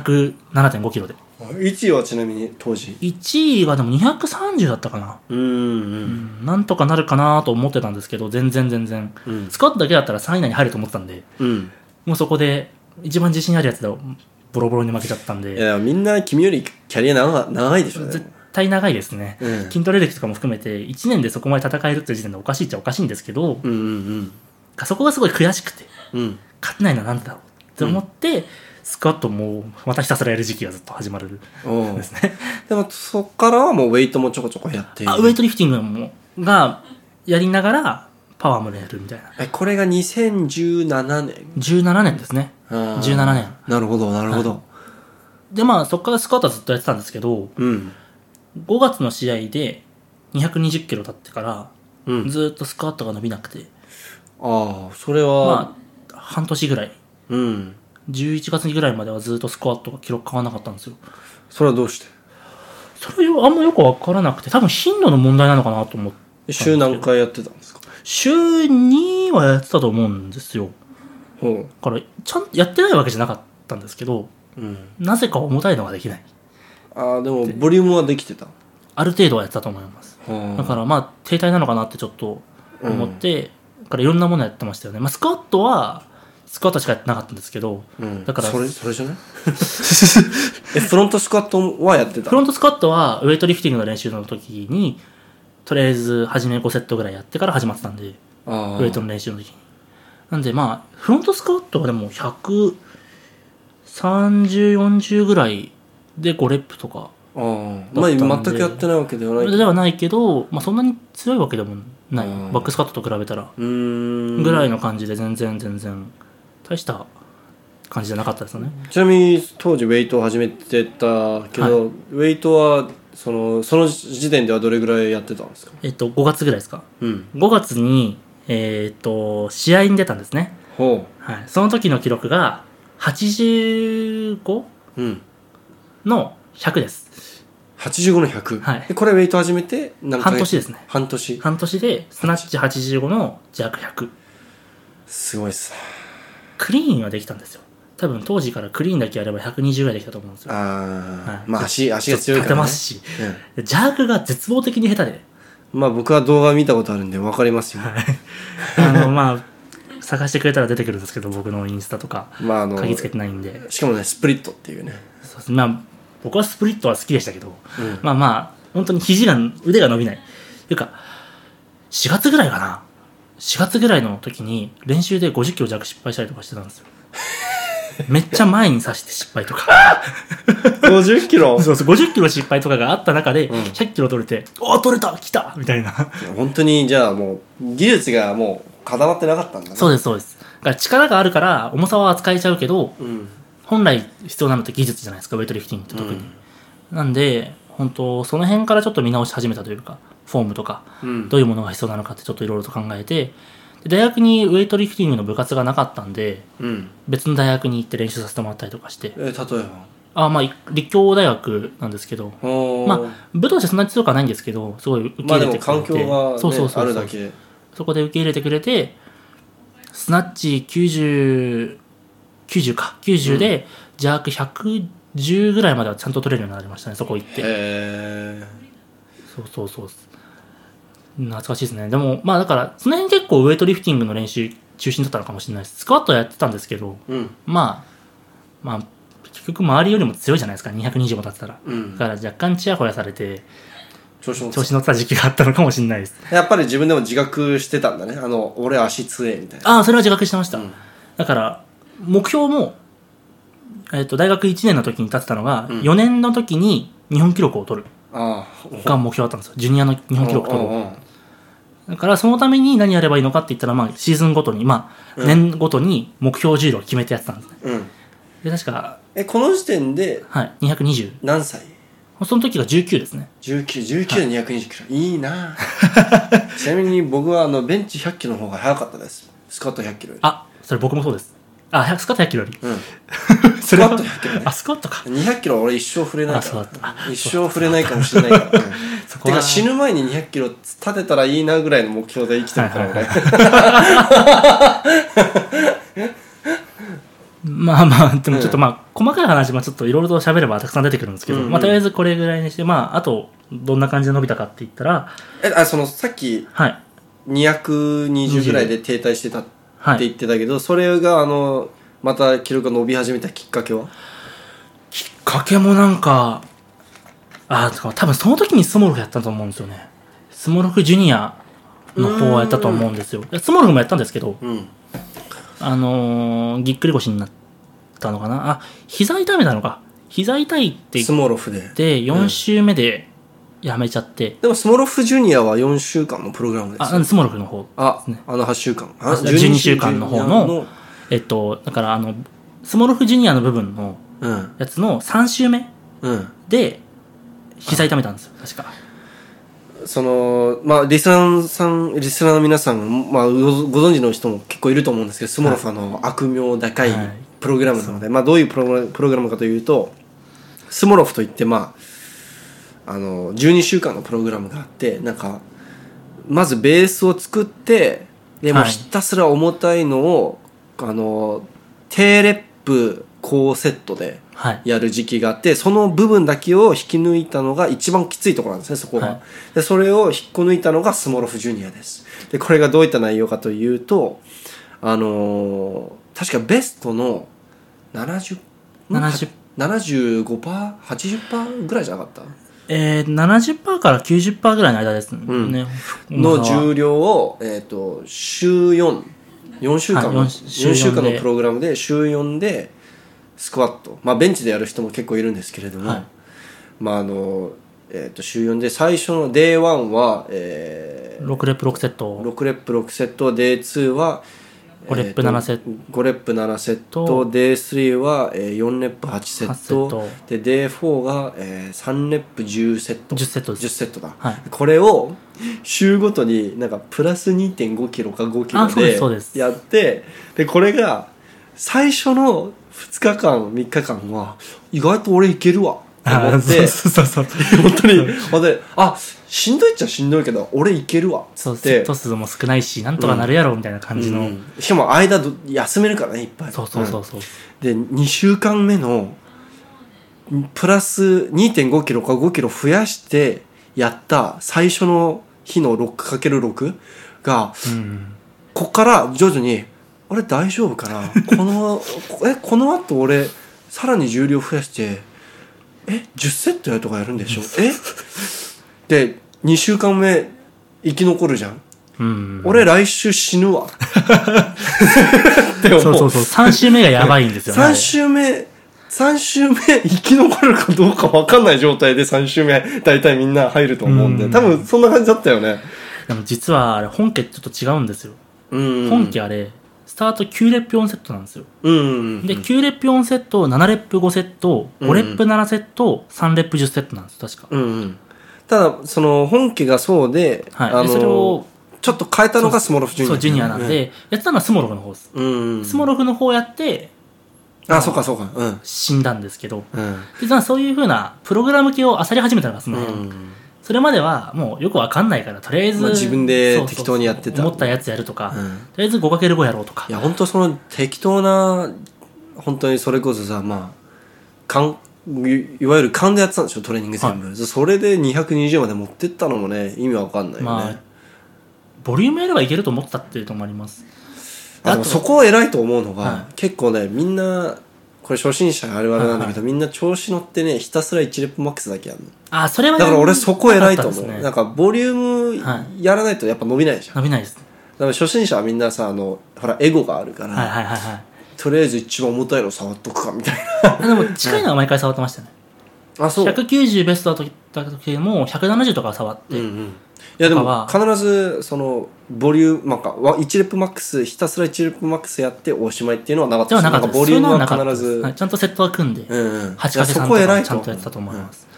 207.5キロで。
1位はちなみに当時
1位がでも230だったかな。
うんう
うんん、なんとかなるかなと思ってたんですけど、全然全然。
うん
スクワットだけだったら3位以内に入ると思ってたんで、
うん
もうそこで一番自信あるやつだ、ボロボロに負けちゃったん
い
で、
やみんな君よりキャリア長長いでしょで
絶
も
対長いですね。
うん
筋トレ歴とかも含めて、1年でそこまで戦えるっていう時点でおかしいっちゃおかしいんですけど、
うんうん
そこがすごい悔しくて、
うんうん
勝てないのはなんでだろうって思って、スクワットもまたひたすらやる時期がずっと始まるん
おう
ですね。
でもそっからはもうウェイトもちょこちょこやって
あウェイトリフティングも、が、やりながら、パワーもやるみたいな。
えこれが2017年
17年ですね。
あー
17年。
なるほどなるほど、
で、まあ、そこからスクワットはずっとやってたんですけど、
うん
5月の試合で220キロ経ってから、
うん
ずっとスクワットが伸びなくて、
ああそれは、
まあ、半年ぐらい、
うん
11月ぐらいまではずっとスクワットが記録変わらなかったんですよ。
それはどうして
それよあんまよくわからなくて、多分頻度の問題なのかなと思って。
週何回やってたんですか
週2はやってたと思うんですよ。
ほ
だから、ちゃんとやってないわけじゃなかったんですけど、
う、うん、
なぜか重たいのができない。
ああでもボリュームはできてた
ある程度はやってたと思います。だ
だ
から、まあ、停滞なのかなってちょっと思って、だからいろんなものやってましたよね。まあ、スクワットは、スクワットしかやってなかったんですけど、
うん、
だから
それそれじゃない えフロントスクワットはやってた
フロントスクワットは、ウェイトリフティングの練習の時に、とりあえず、初め5セットぐらいやってから始まってたんで、
あ
ウェイトの練習の時に。なんでまあ、フロントスクワットがでも130、40ぐらいで5レップとか
あーまあ
だったん
全
で
くやってないわけではない
ではないけど、まあそんなに強いわけでもない。
うん
バックスカットと比べたら。
うーん
ぐらいの感じで全然全然、大した感じじゃなかったですよね。
ちなみに当時ウェイトを始めてたけど、ウェイトはそのその時点ではどれぐらいやってたんですか
えっと、5月ぐらいですか。
うん
5月に、えーっと、試合に出たんですね。
ほ
はい。その時の記録が、85
ううん
の100です。
85の100、
はい
でこれウェイト始めて何ヶ月
半年ですね。
半年
半年でスナッチ85の弱100
すごいっす
クリーンはできたんですよ多分当時からクリーンだけやれば120ぐらいできたと思うんです
あ
よ
ー、
はい
まあ足足が強いから、ね、
立てますしでジャークが絶望的に下手 で
うんまあ僕は動画見たことあるんで分かりますよ、
あのまあ探してくれたら出てくるんですけど僕のインスタとか
まああの
鍵つけてないんで
しかもねスプリットっていう ね、
そうですまあ僕はスプリットは好きでしたけど、
うん
まあまあ本当に肘が腕が伸びないというか4月ぐらいかな4月ぐらいの時に練習で5 0キロ弱失敗したりとかしてたんです よめっちゃ前に刺して失敗とか
50キロ
そうそう、50キロ失敗とかがあった中で、
ん
100キロ取れて、おお、取れた来たみたいな。
本当にじゃあもう技術がもう固まってなかったんだね
そうです、そうです。だから力があるから、重さは扱えちゃうけど、
うん
本来必要なのって技術じゃないですか、ウェイトリフティングって特に。なんで、本当その辺からちょっと見直し始めたというか、フォームとか、
うん
どういうものが必要なのかってちょっといろいろと考えて、で大学にウェイトリフティングの部活がなかったんで、
うん
別の大学に行って練習させてもらったりとかして
え、例えば
あ、まあ、い立教大学なんですけど、
おー
まあ、部としてそんなに強くはないんですけど、すごい受け
まあ
入
で
れてく
も
れて、
環境が、ね、
そうそうそう
あるだけ
そこで受け入れてくれて、スナッチ99 90か90で弱110ぐらいまではちゃんと取れるようになりましたねそこ行って
へえ
そうそうそう懐かしいですねでもまあだからその辺結構ウエイトリフティングの練習中心だったのかもしれないですスクワットはやってたんですけど
うん
まあまあ結局周りよりも強いじゃないですか220も立ってたら、
うん
だから若干ちやほやされて
調子乗って
調子乗ってた時期があったのかもしれないです
やっぱり自分でも自覚してたんだねあの俺足強えみたいな
ああそれは自覚してました、
うん
だから目標も、えっと大学1年の時に立ってたのが、
うん
4年の時に日本記録を取る
あ
が目標だったんですよジュニアの日
あ
本記録取
うん
る
うん
だからそのために何やればいいのかって言ったら、まあ、シーズンごとに、まあ、年ごとに目標重量を決めてやってたんですね
うんうん
で確か、
えこの時点で
はい、220
何歳
その時が19ですね
?1919 で220キロ、い、い なちなみに僕はあのベンチ100キロの方が早かったですスカット100キロより
あそれ僕もそうですあ100スカット100キロより
うん
それは
スカット100キロね
あスカットか
200キロは俺一生触れない
あ
か
そう
ら
だったあ
一生触れないかもしれない から、うん
そこ
て
は
か死ぬ前に200キロ立てたらいいなぐらいの目標で生きてるから
はい
俺
まあまあ、でもちょっと
うん
まあ、細かい話もちょっといろいろと喋ればたくさん出てくるんですけど、
うんうん
まあとりあえずこれぐらいにして、まあ、あと、どんな感じで伸びたかって言ったら、
えあそのさっき
はい。
220ぐらいで停滞してたって
はい。
言ってたけど、それがあのまた記録が伸び始めたきっかけは
きっかけもなんか、ああ、とか多分その時にスモロフやったと思うんですよね。スモロフジュニアの方はやったと思うんですよ。いやスモロフもやったんですけど、
うん
あのーぎっくり腰になったのかな。あ、膝痛めたのか。膝痛いって言
スモロフで
って、4週目でやめちゃって、
でもスモロフジュニアは4週間のプログラムです
あ、なんでスモロフの方。
ああの8週間あ
12週間の方
12
のえっと、だからあの、スモロフジュニアの部分の
うん
やつの3周目
うん
で、膝痛めたんですよ、確か。
そのまあリスナーさんリスナーの皆さん、まあ、ごご存知の人も結構いると思うんですけどスモロフはあの、悪名高い
はい
プログラムなので、まあ、どういうプログラプログラムかというとスモロフといって、まあ、あの12週間のプログラムがあってなんかまずベースを作ってでもう
はい
ひたすら重たいのを、あの低レップ高セットで
はい。
やる時期があってその部分だけを引き抜いたのが一番きついところなんですねそこが、
はい
でそれを引っこ抜いたのがスモロフジュニアですでこれがどういった内容かというとあのー確かベストの70
70
75%80% ぐらいじゃなかった
えー、70%から90%ぐらいの間ですね。
ん
重
の
さは
重量を、えー、と週44週間の、
はい四
4週
週
間
間
の
で
プログラムで週4でスクワット、まあ、ベンチでやる人も結構いるんですけれども、
はい
まああのえー、と週4で最初の Day1 は、え
6レップ6セッ
ー、
ト。
6レップ6セット Day2 は
5レップ7セット
5レップ7セッ
と
ト Day3 は、えー、4レップ8セ
8
ッ
セット
トで Day4 が、えー、3レップ10セット
10セットです
10セットだ、
はい
これを週ごとになんかプラス2 5キロか5キ
あそうですそ
ロ
うで
ですやってでこれが最初の2日間3日間は意外と俺いけるわと
あ
思っ
ーそ
て
う そうそうそう。
本当に本当にあしんどいっちゃしんどいけど俺いけるわっつ
そう、
っ
セ
て
ット数も少ないし、なんとかなるやろ、みたいな感じの。
うんしかも間ど休めるからねいっぱい
そうそうそうそう。
で2週間目のプラス2 5キロか5キロ増やしてやった最初の日の 6×6 が
うん。
こっから徐々に「俺大丈夫かなこのえこのあと俺さらに重量増やしてえ10セットやるとかやるんでしょえで2週間目生き残るじゃん、
うん。
俺来週死ぬわ って思う
そうそうそう。3周目がやばいんですよね。あ
3
れ
週目3週目 生き残るかどうか分かんない状態で3週目大体みんな入ると思うんで
うん
多分そんな感じだったよね
でも実は、あれ、本家ちょっと違うんですよ。
うん
本家あれ、スタート9レップ4セットなんですよ。
うん
で、9レップ4セット、7レップ5セット、5レップ7セット、3レップ10セットなんですよ、確か。
うんうんただその本家がそうで、
はい
あ
で
の
それを
ちょっと変えたのがスモロフジュニア
そう、ジュニアなんで、やってたのはスモロフの方です。
うん、うん
スモロフの方やって、
あそうかそうかうん
死んだんですけど、
うん
実はそういう風な、プログラム系を漁り始めたのがその辺、それまでは、もうよくわかんないから、とりあえず、
まあ自分で
そうそうそう
適当にやってた
思ったやつやるとか、
うん
とりあえず 5×5 やろうとか
い。や本当その適当な本当にそれこそさまあかんいいわゆる勘でやってたんでしょトレーニング全部、それで220まで持ってったのもね意味わかんないよね、
まあボリュームやればいけると思ってたっていうとこもあります
あでも
あと
そこを偉いと思うのが、
は
結構ねみんなこれ初心者あるあるなんだけど、みんな調子乗ってねひたすら1レップマックスだけやるの
あそれは
だから俺そこ偉いと思う、
なかったです
なん
ね
かボリュ
は
ームやらないとやっぱ伸びないじゃん、
伸びないです
だから初心者はみんなさあのほらエゴがあるから、
はいはいはいはい
とりあえず一番重たいの触っとくかみたい
あでも近いのは毎回触ってましたね
なあそう
190ベストだった時でも170とかは触って、
うんうんいやでも
とか
必ずそのボリュームなんかわ1レップマックスひたすら1レップマックスやっておしまいっていうのはなかっ
で
た
は
し
なかった
ん
です
ボリューム
そういうのはなかった
は
で
必
す
ず
はいちゃんとセットは組んで、
うんうん
8×3
いやそ
と
こ偉
か
い
ち
と
ゃん
思う
とやってたと思います、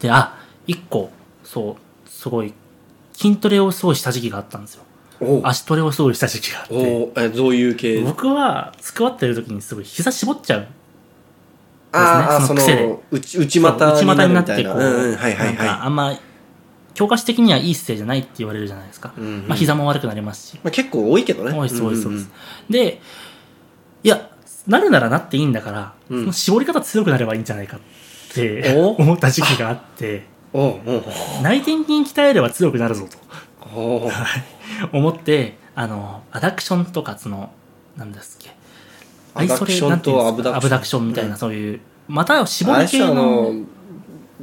であ一個そうすごい筋トレをすごいした時期があったんですよ
おう
足トレをすごいした時期があっ
お
て
うえどういう系
僕はスクワットやる時にすごい膝絞っちゃう
あーあー
そ
そ
の癖で
の内内股
そう内股になっ
みた
て
い
こ
な
う、
うんうんはいはい
なんか
は
あんま強化肢的にはいい姿勢じゃないって言われるじゃないですか、
い、うんうん
まあ、膝も悪くなりますし
まあ、結構多いけどね
多いです多いです多いです
ん
でいやなるならなっていいんだから、
うん
その絞り方強くなればいいんじゃないかって
お
思った時期があって
うんうんおう
内転筋鍛えれば強くなるぞと
おうおう
思ってあのアダクションとかその何ですっけ
アダクションと
アイソレなんていうんですか
ア
ア
ブ
ブ
ダ
ダ
ク
ク
シ
シ
ョ
ョ
ン
ンみたいな、そういうまた絞
あ
り
れし
系
あの
の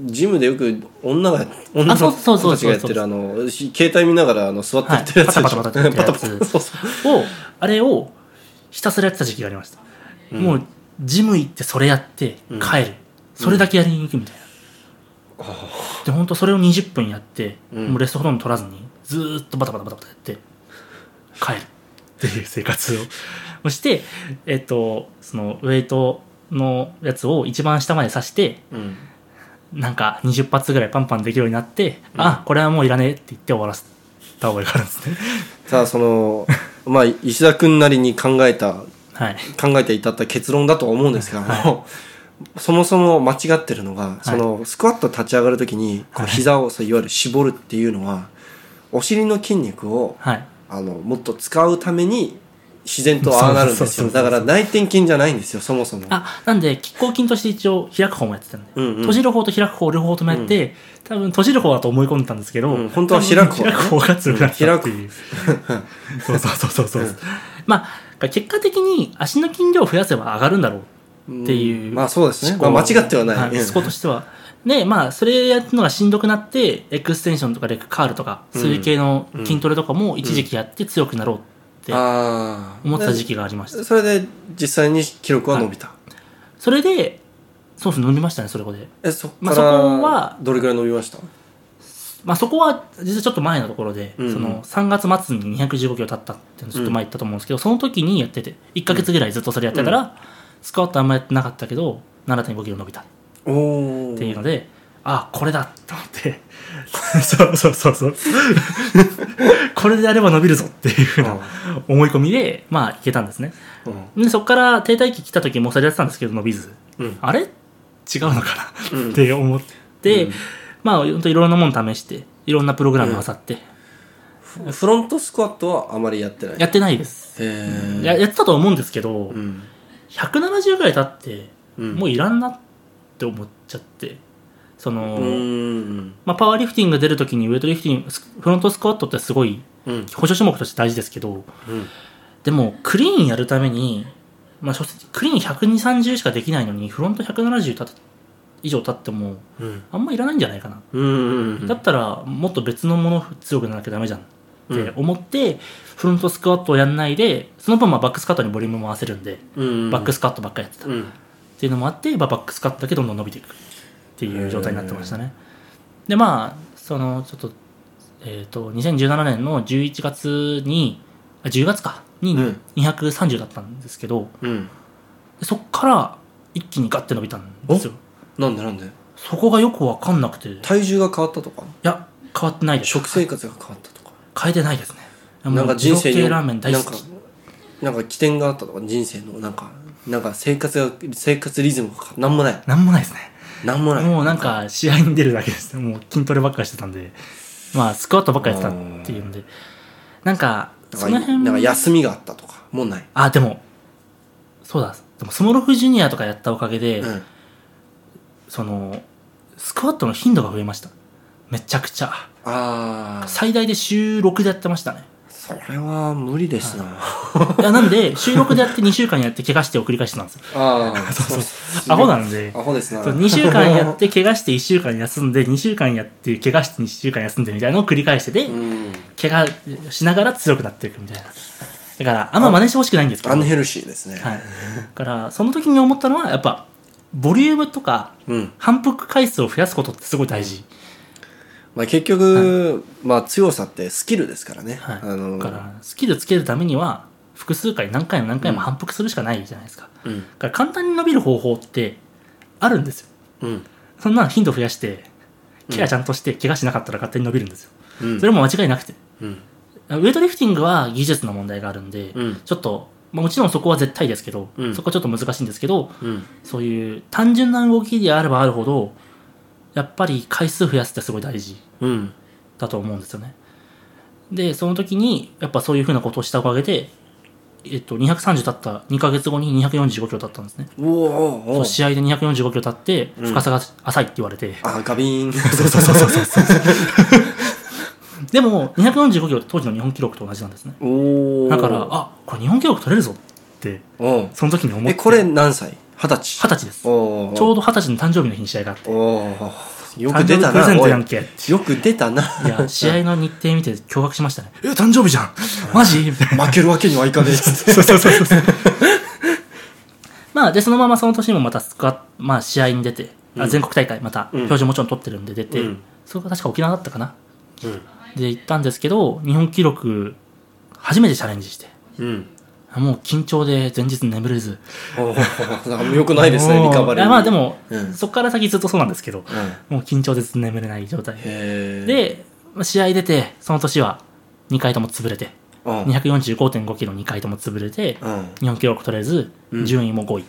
ジムでよく女が女
あ
の
そうそう
子た
そうそう
ちがやってるあのし携帯見ながらあの座ってやってるやつ
はいパタパタパタってやつ
そうそう
をあれをひたすらやってた時期がありました、
うん
もうジム行ってそれやって
うん
帰る、それだけやりに行くみたいな、で本当それを20分やって、
うん
もうレストほとんど取らずにずーっとバタバタバタバタやって帰るっていう生 活をしてえっとそのウェイトのやつを一番下まで刺して
うん
なんか20発ぐらいパンパンできるようになって、あこれはもういらねえって言って終わらせた覚えがあるんですね
ただそのまあ石田君なりに考えた
はい
考えて至った結論だとは思うんですけども、そもそも間違ってるのが、そのスクワット立ち上がるときにこう
はい
膝をそういわゆる絞るっていうのはお尻の筋肉を
はい
あのもっと使うために自然とああなるんです
そうそうそう
よ
そ
だ
う
から内転筋じゃないんですよそもそも
あなんで拮抗筋として一応開く方もやってたんで、
うんうん
閉じる方と開く方両方ともやって、多分閉じる方だと思い込んでたんですけど、
うん本当は開く方
多分開く方が強くなったっていう、そうそうそうそうそう、まあ結果的に足の筋量を増やせば上がるんだろうっていう、
まあそうですね、
思
まあ、
考
間違ってはない、
はい思考としてはでまあそれやるのがしんどくなってエクステンションとかレッグカールとかそういう系の筋トレとかも一時期やって強くなろうって
あ
思ってた時期がありました
それで実際に記録は伸びた、
それでそうですね伸びましたねそれこで
えそこ
まあ
か
そこ
ら
は
どれぐらい伸びました、
まあ、そこは実はちょっと前のところで、
うんうん
その3月末に2 1 5キロ経ったっていうのちょっと前言ったと思うんですけど、その時にやってて1か月ぐらいずっとそれやってたら、スクワットあんまやってなかったけど7 5キロ伸びたっ
おお
ていうので、あこれだと思って そうそうそうそうこれでやれば伸びるぞっていうふうな思い込みでまあいけたんですね
うん
でそこから停滞期来た時もそれやってたんですけど伸びず
うん
あれ違うのかな
うん
って思って、
うん
まあ本当いろんなもの試していろんなプログラムを漁って、
フロントスクワットはあまりやってない
やってないです、
へー
ややってたと思うんですけど、
うん
170ぐらい経って、
うん
もういらんなって思っちゃってその、
うん
まあ、パワーリフティング出るときにウェイトリフティングスフロントスクワットってすごい
うん
補助種目として大事ですけど
うん
でもクリーンやるために、まあ、所詮クリーン12030しかできないのにフロント170立て以上立っても
うん
あんまいらないんじゃないかな
うんうん
だったらもっと別のもの強くならなきゃダメじゃんって
う
思って、フロントスクワットをやんないでその分まあバックスカットにボリュームも合わせるんで、
うん
バックスカットばっかりやってたっ
うん
ていうのもあって、まあ、バックスカットだけどんどん伸びていくっていう状態になってましたねでまあそのちょっと,、えー、と2017年の11月にあ10月かに
うん
230だったんですけど、
うん
でそっから一気にガッて伸びたんですよ
なんでなんで
そこがよく分かんなくてい
体重が変わったとか
や変わってないです
食生活が変わったとか
変えてないですね
なんか人生
二
に
郎系ラーメン大好
なん
き
かなんか起点があったとか人生のなんかなんか生活が生活リズムがなんもない
なんもないですね
なんもない
もうなんか試合に出るだけですもう筋トレばっかりしてたんでまあスクワットばっかりやってたっていうんでなんか
なん
そ
か
の辺
なんか休みがあったとかもうない
あでもそうだでもスモロフジュニアとかやったおかげで、
うん。
そのスクワットの頻度が増えましためちゃくちゃ
ああ。
最大で週6でやってましたね
それは無理ですな。
いやなんで週6でやって2週間やって怪我してを繰り返してたんですよ
あ あ。そうそう
アホなんで
アホですな。
そう2週間やって怪我して1週間休んで2週間やって怪我して2週間休んでみたいなのを繰り返してで
うん。
怪我しながら強くなっていくみたいなだからあんま真似してほしくないんですけど
アン
はい、
ヘルシーですね。
だからその時に思ったのはやっぱボリュームとか
うん。
反復回数を増やすことってすごい大事、
まあ結局、まあ強さってスキルですからね。
はい、
あの
だからスキルつけるためには複数回何回も何回も反復するしかないじゃないですか、
うん。
だから簡単に伸びる方法ってあるんですよ
うん。
そんなの頻度増やしてケアちゃんとして怪我しなかったら勝手に伸びるんですよ、
うん。
それも間違いなくて
うん。
ウェイトリフティングは技術の問題があるんで、
うん
ちょっと、まあ、もちろんそこは絶対ですけど、
うん
そこはちょっと難しいんですけど
うん。
そういう単純な動きであればあるほどやっぱり回数増やすってすごい大事
うん。
だと思うんですよねでその時にやっぱそういうふうなことをしたおかげで、えっと、230だった2ヶ月後に245キロだったんですね
おーおー
そ
お
う
ー
試合で245キロだって
うん
深さが浅いって言われて、
あ、ガビーン。 そうそうそうそう。
でも245キロって当時の日本記録と同じなんですね
おお。
だから、あこれ日本記録取れるぞって
うん。
その時に思っ
え、
て
これ何歳二十歳
二十歳ですち
おー
ょうど二十歳の誕生日の日に試合があって
おーよく出た
誕生日プレゼ
な。
ント
おい
やんけって
よく出たな。
いや試合の日程見て驚愕しましたねえ誕生日じゃんマジみたいな
負けるわけにはいかねえっつって。
まあ、で、そのままその年にもまたスクワまあ、試合に出て、あ
うん
全国大会また、
うん
表彰もちろん取ってるんで出て、
うん
それが確か沖縄だったかな。
うん。
で、行ったんですけど、日本記録、初めてチャレンジして、
うん。
もう緊張で前日眠れず。
おーなんかよくないですね、
もう
リカバリ
い
ー。
やまあでも、
うん
そこから先ずっとそうなんですけど、
うん。へ
もう緊張で眠れない状態。
え。、
で、まあ試合出て、その年は2回とも潰れて、
うん。
245.5キロ2回とも潰れて、
うん。
日本記録取れず、
うん
順位も5位。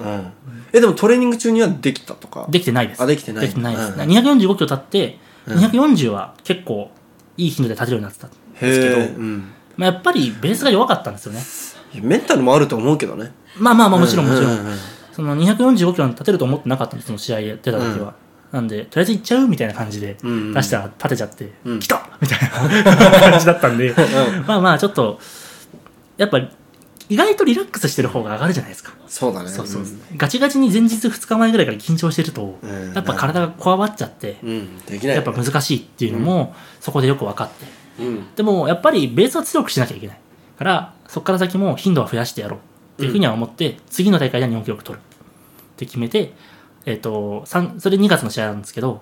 うん。え、でもトレーニング中にはできたとか。
できてないです。
あできてない
できてないです。
うん
245キロ経って、
うん
240は結構いい頻度で立てるようになってたんですけ
へ
ど、
え。うん。
まあ、やっぱりベースが弱かったんですよね。
いやメンタルもあると思うけどね。
まあまあまあもちろん
う
もちろん。
うう
その245キロに立てると思ってなかったんです、その試合で出た時は。なんで、とりあえず行っちゃうみたいな感じで、
うんうん
出したら立てちゃって、
うん
来たみたいな 感じだったんで、
ん
まあまあちょっと、やっぱ意外とリラックスしてる方が上がるじゃないですか。
そうだね。
そうそうガチガチに前日2日前ぐらいから緊張してると、
うん
やっぱ体がこわばっちゃって、
うん。うん。できない。
やっぱ難しいっていうのも、そこでよく分かって。
うん。
でも、やっぱりベースは強くしなきゃいけない。から、そこから先も頻度は増やしてやろうっていうふうには思って、次の大会では日本記録取るって決めて、えっ、と、三それ2月の試合なんですけど、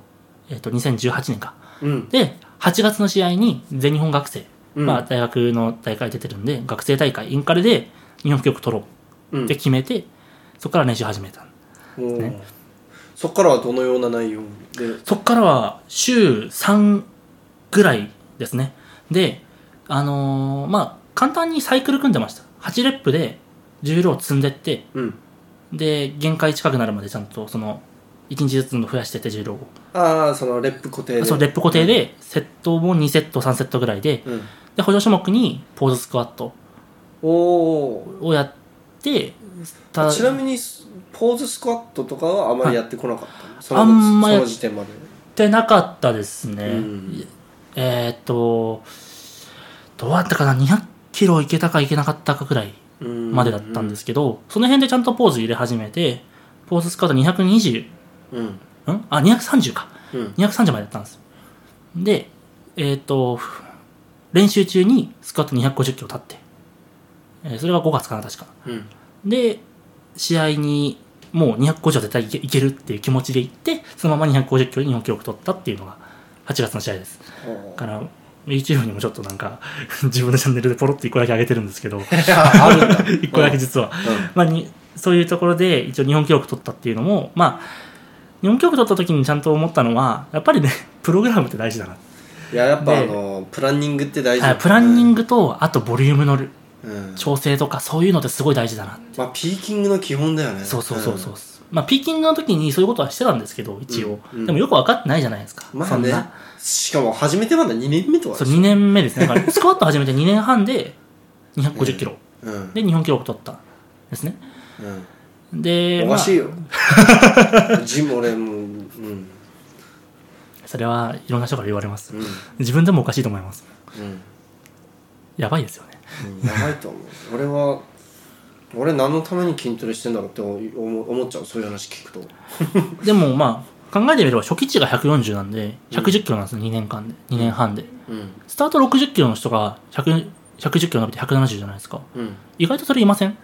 えっ、と、2018年か。
うん。
で、8月の試合に全日本学生、
うん
まあ大学の大会出てるんで、学生大会、インカレで日本記録取ろ
う
うんって決めて、そこから練習始めた。
おー
ね
そっからはどのような内容で
そこからは週3ぐらいですね。で、あのーまあ、簡単にサイクル組んでました。8レップで重量を積んでって、
うん
で、限界近くなるまでちゃんとその、1日ずつの増やしてって重量を。
ああそのレップ固定で
そのレップ固定で、セットを2セット、3セットぐらいで、
うん
で、補助種目にポーズスクワット
おお
をやって、た
ちなみにポーズスクワットとかはあまりやってこなかったの、その
あんまや
その時点まで
ってなかったですね。
うん
えーっと、どうだったかな ?200 キロいけたかいけなかったかぐらい。
うん
までだったんですけど、その辺でちゃんとポーズ入れ始めて、ポーズスカウト220、ん
うん
あ、230か。
うん
230までやったんですよ。で、えっ、と、ふ練習中にスカウト250キロ立って、えーそれが5月かな、確か。
うん
で、試合にもう250は絶対いけいけるっていう気持ちで行って、そのまま250キロで日本記録取ったっていうのが8月の試合です。
おー
だから、YouTube にもちょっとなんか、自分のチャンネルでポロって1個だけ上げてるんですけど、
いやあるん だ
1個だけ実は。まあ、にそういうところで一応日本記録取ったっていうのも、まあ、日本記録取った時にちゃんと思ったのはやっぱりね プログラムって大事だな、
うんいややっぱ
で
あのプランニングって大事
は
だ
いプランニン
グ、
グとあとボリュームの
うん
調整とかそういうのってすごい大事だな、
まあ、ピーキングの基本だよね
そうそうそうそう、まあピーキングの時にそういうことはしてたんですけど一応、
うんうん
でもよく分かってないじゃないですか、
うんま
そ
あ
ん
ね
な
しかも始めてまだ2年目とか
そう2年目ですねだからスクワット始めて2年半で250キロ、
うん
で日本記録取ったんですね
うん
で、
お
まあ
かしい よジム俺もううん
それはいろんな人から言われます
うん。
自分でもおかしいと思います。
うん
やばいですよね。
うんやばいと思う俺は俺何のために筋トレしてんだろうって思う思っちゃうそういう話聞くと
でもまあ、考えてみれば初期値が140なんで、110キロなんですよ、2年間で。2年半で。
うん
スタート60キロの人が100 110キロ伸びて170じゃないですか。
うん
意外とそれいません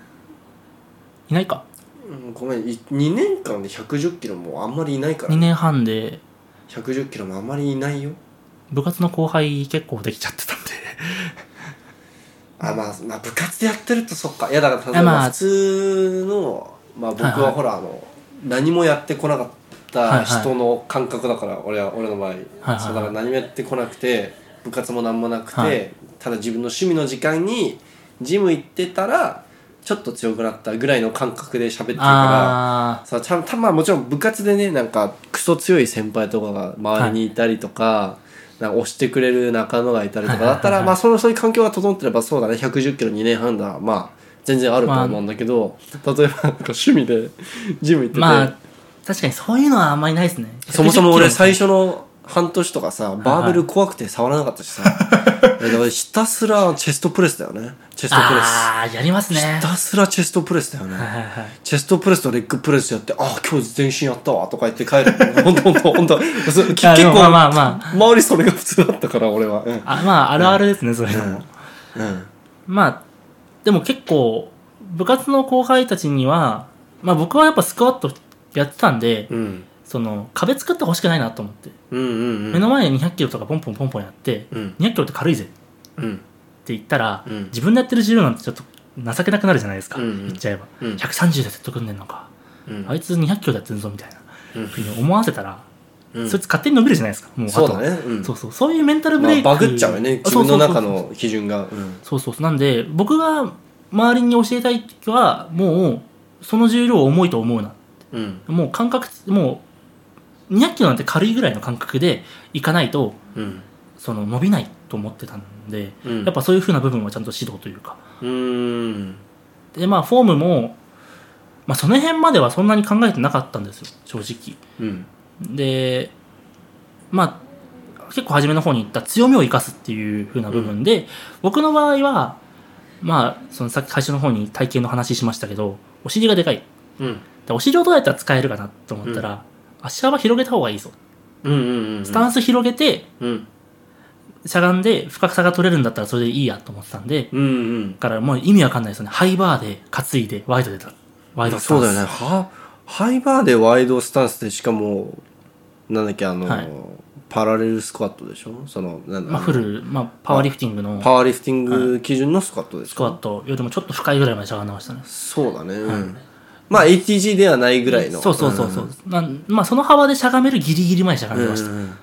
いないか。
うんごめんい2年間で1 1 0キロもあんまりいないから
2年半で
1 1 0キロもあんまりいないよ
部活の後輩結構できちゃってたんで。
あまあ、まあ、部活でやってるとそっかいやだから例
あ
え
ま
ば
あ
普通の、まあ、僕
はいは
はいほら、あの何もやってこなかった
は
人の感覚だから、俺は俺の場合、
はい
そうだから何もやってこなくて部活も何もなくて、
はい
ただ自分の趣味の時間にジム行ってたらちょっと強くなったぐらいの感覚で喋ってるから。
あ
そうたたまあもちろん部活でねなんかクソ強い先輩とかが周りにいたりとか,、なんか押してくれる仲間がいたりとかだった
はいはいはいは
ら
い
まあそのそういう環境が整ってればそうだね1 1 0キロ2年半だまあ全然あると思うんだけど、例えばなんか趣味でジム行って
ー
て、
まあ、確かにそういうのはあんまりないですね。
そもそも
110
俺
キロ
最初の半年とかさバーベル怖くて触らなかったし さ、えだからひたすらチェストプレスだよねチェストプレス
ああ、やりますね。
ひたすらチェストプレスだよね、
はいはいはい。
チェストプレスとレッグプレスやって、ああ、今日全身やったわとか言って帰る。ほんとほんとほんと。そうき結
あでも
構、
まあまあま
周りそれが普通だったから、俺は。うん。
あ、あまあ、あるあるですね、そういうのも。
うん。
まあ、でも結構、部活の後輩たちには、まあ僕はやっぱスクワットやってたんで、
うん。
その、壁作ってほしくないなと思って。
うんうんうん。
目の前で200キロとかポンポンポンポンやって、
うん。
200キロって軽いぜっ
うん。
て言ったら、
うん
自分でやってる重量なんてちょっと情けなくなるじゃないですか、
うんうん
言っちゃえば。
うん
130で説得んねんのか。
うん
あいつ200キロでやってんぞ、みたいな。
うん
ふうに思わせたら、
うん
そいつ勝手に伸びるじゃないですか。もうあと
そ
は
うだね。うん
そう。そう、そういうメンタルブ
ま
レイ
あ、
ク。
バグっちゃうよね。
あ
自分の中。
そうそうそう
の基準が。うん。
そうそうそうなんで、僕が周りに教えたい時は、もう、その重量を重いと思うな。
うん。
もう感覚、もう、200キロなんて軽いぐらいの感覚でいかないと、
うん。
その伸びないと思ってたんで、
うん
やっぱそういう風な部分はちゃんと指導というか。
うーん。
で、まあ、フォームも、まあ、その辺まではそんなに考えてなかったんですよ、正直。
うん。
でまあ結構初めの方に言った強みを生かすっていう風な部分で、僕の場合はまあそのさっき最初の方に体型の話しましたけどお尻がでかい
うん。
でお尻をどうやったら使えるかなと思ったら、足幅広げた方がいいぞ
うんうんうん。
スタンス広げて
うん。
しゃがんで深さが取れるんだったらそれでいいやと思ってたんで
うんうん
だ。からもう意味わかんないですよねハイバーで担いでワイドでたワイドスタ
そう
ンス
だよねはハイバーでワイドスタンスでしかもなんだっけあの、
はい
パラレルスクワットでしょそのなんだ
まあ、
あの
フル、まあ、パワーリフティングの
パワーリフティング基準のスクワットです
ス
か、
クワットよりもちょっと深いぐらいまでしゃがんでましたね
そうだね、うんまあ ATG ではないぐらいの
そうそうそうそう、なんまあその幅でしゃがめるギリギリまでしゃが
うん
めました、
うんま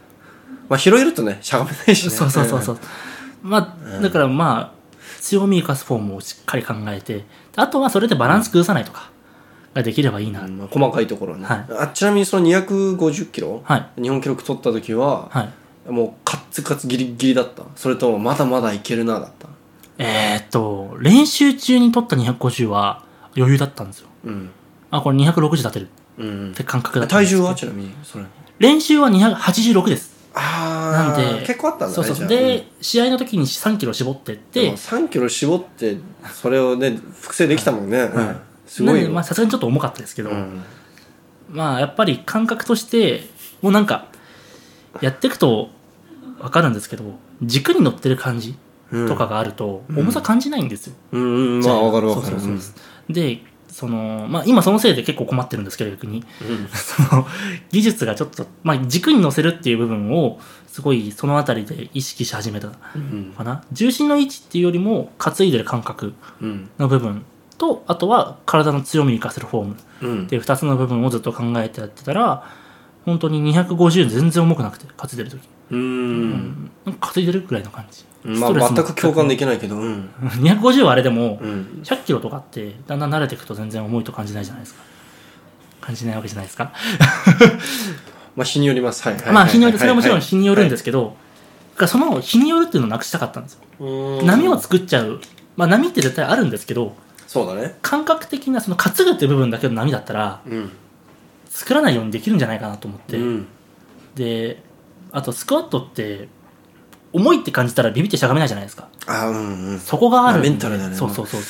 あ広げるとねしゃがめないし、ね、
そうそうそうそうまあだからまあ強み生かすフォームをしっかり考えてあとはそれでバランス崩さないとかができればいいな、
うんまあ細かいところね、
はい
あちなみにその250キロ、
はい
日本記録取った時は、
はい
もうカッツカツギリギリだったそれともまだまだいけるなだった
えーっと練習中に取った250は余裕だったんですよ
うん
あこれ260立てる
うんうん
って感覚だったん
体
です
重はちなみにそれ
練習は286です
ああ
なんで
結構あったんだね
そうそうそう
じゃあ
で、試合の時に3キロ絞ってっ
うんで
て
も3キロ絞ってそれをね複製できたもんね、うんすご
なん
い
で
よ、
まあさすがにちょっと重かったですけど、
うん
まあやっぱり感覚としてもうなんかやっていくと分かるんですけど軸に乗ってる感じとかがあると重さ感じないんですよ。
うんうんまあわかるわかる
そうそうそうでそのまあ今そのせいで結構困ってるんですけど逆にその技術がちょっと、まあ、軸に乗せるっていう部分をすごいその辺りで意識し始めたか
うん
な重心の位置っていうよりも担いでる感覚
うん
の部分とあとは体の強みに生かせるフォーム
うん
で2つの部分をずっと考えてやってたら本当に250全然重くなくて担いでる時、
うん
うん、担いでるぐらいの感じ
まあ全く共感で
き
きないけどうん
ない250はあれでも
うん
100キロとかってだんだん慣れていくと全然重いと感じないじゃないですか感じないわけじゃないですか、
まあ日によりますはいはいはい
まあ日によるそれはもちろん
はい
日によるんですけど、だからその日によるっていうのをなくしたかったんですよ
うん
波を作っちゃうまあ波って絶対あるんですけど
そうだね
感覚的なその担ぐっていう部分だけの波だったら
うん
作らないようにできるんじゃないかなと思って、
うん
であとスクワットって重いって感じたらビビってしゃがめないじゃないですか
あうんうん
そこがあるんで
まあメンタルだね
そうそうそう、
うん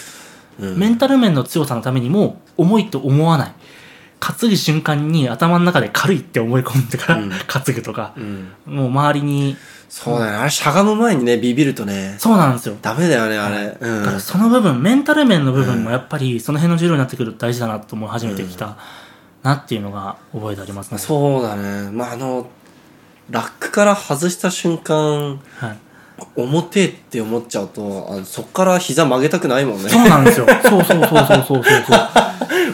メンタル面の強さのためにも重いと思わない担ぐ瞬間に頭の中で軽いって思い込んでから、
うん
担ぐとか
う、ん
もう周りに
そうだねあれしゃがむ前にねビビるとね
そうなんですよ
ダメだよねあれうん
だからその部分メンタル面の部分もやっぱりその辺の重要になってくると大事だなと思い始めてきたなっていうのが覚えてあります
まあ
ね、
そうだねまああのラックから外した瞬間
はい、
表って思っちゃうとあのそっから膝曲げたくないもんね
そうなんですよそうそうそうそうそうそうそ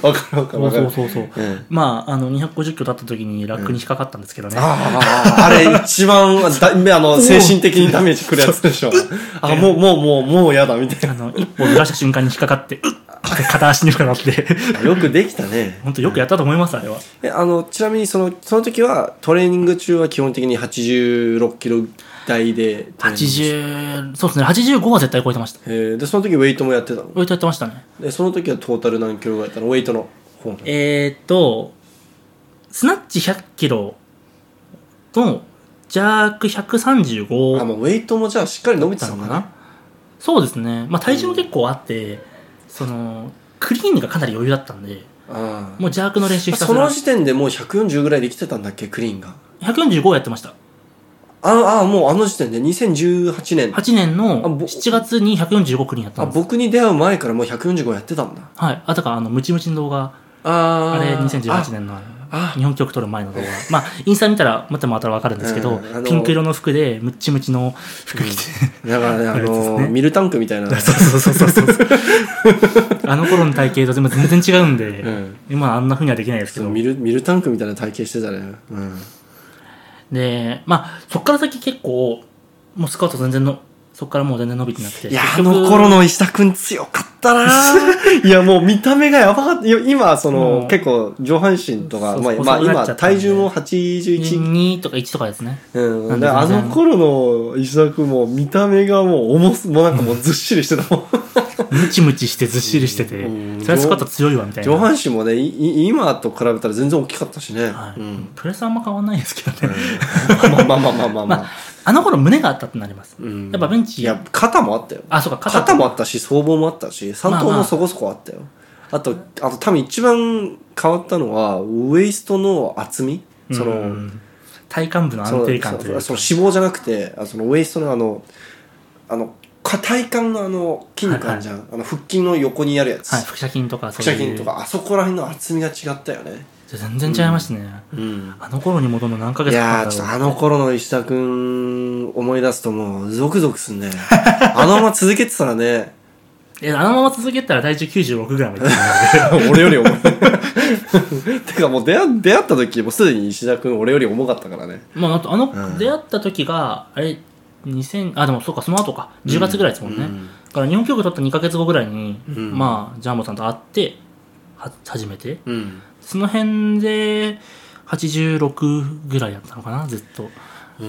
わかるわかる
う
わか
そう
る
そうそう
うん
まああの250キロだった時にラックに引っかかったんですけどね、
ああ、あれ一番だ、あの、精神的にダメージくるやつでしょ。あ、もう、もう、もう、もうやだ、みたい
あの一歩ずらした瞬間に引っかかってうっって片足にかかって
な。 よくできたね。
本当よくやったと思いますあれは
え、あの、ちなみに、その、その時は、トレーニング中は基本的に86キロ台で。
80そうですね85は絶対超えてました
えー、で、その時ウェイトもやってたの。
超えてやってましたね
で、その時はトータル何キロぐらいやったのウェイトの方。
えーっと、スナッチ100キロ
あ、
の弱135
もうウェイトもじゃあしっかり伸びて
だ
た
った
の
の
か
か
な。
な。そうですね。まあ体重も結構あって、その、クリーンがかなり余裕だったんで、
あ
もう邪悪の練習
あ。
ひた
そ
す
の
ら
時点でもう140ぐらいできてたんだっけ、クリーンが。
145やってました。
ああ、もうあの時点で2018年。
8年の
あぼ
7月に145クリーンやった
あ
んです。
僕に出会う前からもう145やってたんだ
はい。あ、だからあの、ムチムチの動画、
あ
あ
ー
れ2018年の。
あ
日本記録取る前の動画。まあ、インスタ見たら、もっともらったらわかるんですけど
うんあの、
ピンク色の服で、ムッチムチの服着て、
あだからねあ
あれです
の
ね
ミルタンクみたいな、
そうそうそうそうそう。 あの頃の体型と全然違うんで、
うん、
今あんな風にはできないですけ
そう
ど。
ミルミルタンクみたいな体型してたねうん
で、まあ、そっから先結構、もうスカウト全然の、そっからもう全然伸びてなくて。
いや
結
あ
局
の頃の石田君強かったな いやもう見た目がやばかったいや今その、
うん
結構上半身とか
そう
まあ、
細
まあ
くなっち
今
ゃったんで
体重も81、
2とか1とかですね。
うん
なんで
であ
全
の
然
頃の石田君も見た目がもう重すもうなんかもうずっしりしてたも ん
ムチムチしてずっしりしてて、
うん
それはスカウト強いわみたいな。
上半身もねいい今と比べたら全然大きかったしね、
はい
うん
プレスあんま変わんないですけどね。
まあまあまあまあまあ、ま
まあ
あ、
あの頃胸があったってなります。
うん
やっぱベンチ
いや肩もあったよ
あ、そうか、
肩もあったし僧帽もあったし三頭
まあま
も
あ
そこそこあったよ、あとあと多分一番変わったのはウエストの厚みその、
うん体幹部の安定感というか
そのその脂肪じゃなくてあそのウエストのあのあのか体幹のあの筋肉あるじゃん、あの腹筋の横にやるやつ、
はい、腹斜筋とかそう
腹
いう
斜筋とかあそこら辺の厚みが違ったよね
全然違いましたね、
うん
あの頃に戻るの何ヶ
い
月
や
か
ー、
かっ
ちょったと
の
あの頃の石田くん思い出すともうゾクゾクす んね。あのまま続けてたら ね、
えあのまま続けたら体重 96g い ってる
俺より重い。 てかもう出会出会った時もうすでに石田くん俺より重かったからね。
まああとあの、
うん
出会った時があれ2000あでもそうかその後か10月ぐらいですもんね、だから日本記録取った2ヶ月後ぐらいに、
うん
まあジャンボさんと会っては初めて
うん。
その辺で86ぐらいやったのかなずっと、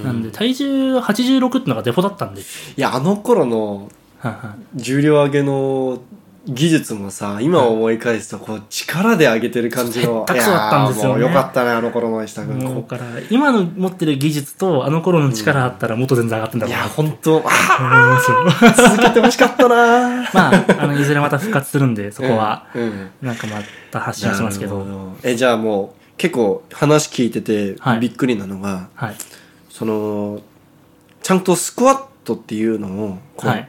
なんで体重86ってのがデフォだったんで、
いや、あの頃の
はいはい
重量上げの技術もさ、今思い返すとこう力で上げてる感じの。
下手くそだったんですよね
いやーもうよかったね、あの頃の石田くん。
もう
こ
から今の持ってる技術とあの頃の力あったらもっと全然上がってんだ
うい
ろう
や、
なと
本当あ
思いますよ。
ー続けてほしかったな
まあ、あのいずれまた復活するんで そこは、
うんうん
なんかまた発信はしますけど
なるほえじゃあもう結構話聞いてて
はい
びっくりなのが、
はい、
そのちゃんとスクワットっていうのをこう
はい、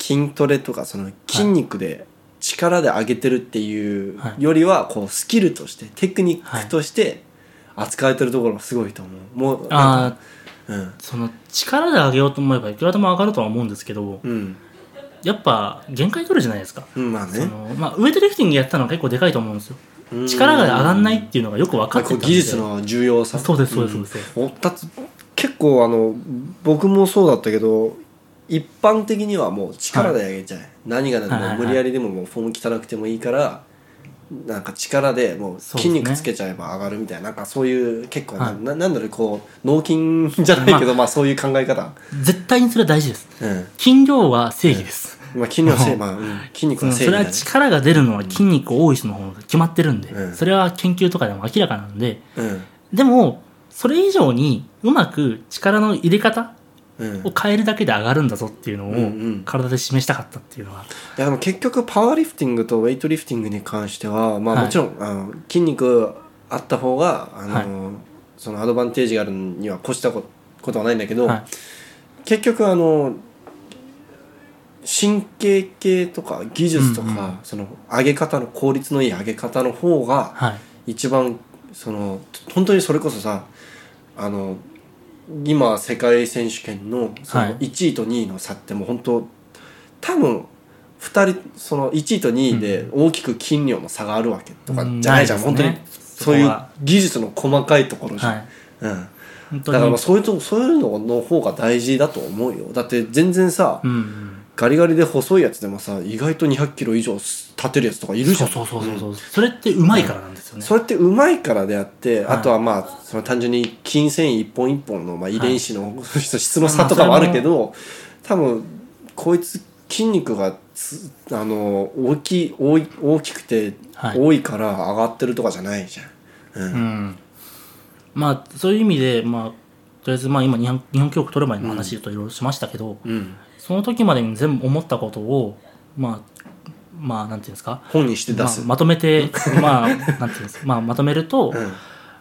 筋トレとかその筋肉で力で上げてるっていう
はい
よりはこうスキルとしてテクニッ
は
ク
い
として扱えてるところがすごいと思う。もうなんか
あ
うん
ーその力で上げようと思えばいくらでも上がるとは思うんですけど
うん
やっぱ限界取るじゃないですか
うんまあ
そ
ね
の、まあ、ウエイトリフティングやってたのは結構でかいと思うんですよ
うん
力が上がんないっていうのがよく分か
まあ
っ
こ
てた
うん
で
技術の重要さ
そうですそうですそうです、
おだって結構あの僕もそうだったけど一般的にはもう力で上げちゃえ、何が
はい
何でも
はいはい
無理やりでももうフォーム汚くてもいいからなんか力でもう筋
そうです
肉
ね
つけちゃえば上がるみたいななんかそういう結構な,、
はい
ななんだろうこう脳筋じゃないけど、まあ、そういう考え方、
絶対にそれは大事です
うん、
筋量は正義です、
まあ、筋肉はせい、まあ、うん筋肉
そ
は
の
せい
それは力が出るのは筋肉多い人の方が決まってるんで、
うん
それは研究とかでも明らかなんで、
うん。
でも、それ以上にうまく力の入れ方
うん。
を変えるだけで上がるんだぞっていうの
うんうん
を体で示したかったっていうのは、
いやでも結局パワーリフティングとウェイトリフティングに関しては、ま
は
あ、
い
もちろん、あの筋肉あった方があの、
はい
そのアドバンテージがあるには越したこことはないんだけど、
はい
結局あの神経系とか技術とか、
うんうん
その上げ方の効率のいい上げ方の方が
はい、
一番その本当にそれこそさあの今世界選手権のそ
はい
の1位と2位の差ってもう本当多分2人その1位と2位で大きく筋量の差があるわけとかじゃないじゃん、
う
本当に
です
そうい
ねこ
う
は
技術の細かいところじゃん、
はい、
うん、
本
だから
当
まあ
に、
そういうとそういうのの方が大事だと思うよだって全然さ、
うんうん、
ガリガリで細いやつでもさ意外と2 0 0キロ以上立てるやつとかいるじ
そ
ゃ
うんそうそうそうそう、それってうまいからなんですよね、
それってうまいからであって、
は
あ
い
とはまあその単純に筋繊維一本一本のまあ遺伝子の、 質の差とかもあるけど、多分こいつ筋肉がつあの大きい大い大きくて
はい
多いから上がってるとかじゃないじゃん。うん
うん、まあそういう意味で、まあ、とりあえずまあ今日本日本記録取る前の話といろいろしましたけど、
うん、
その時までに全部思ったことをまあまあなんていうんですか、
本にして
ま
出
あ
す。、
まとめて まあなんていうんですか、まあ、まとめると、
うん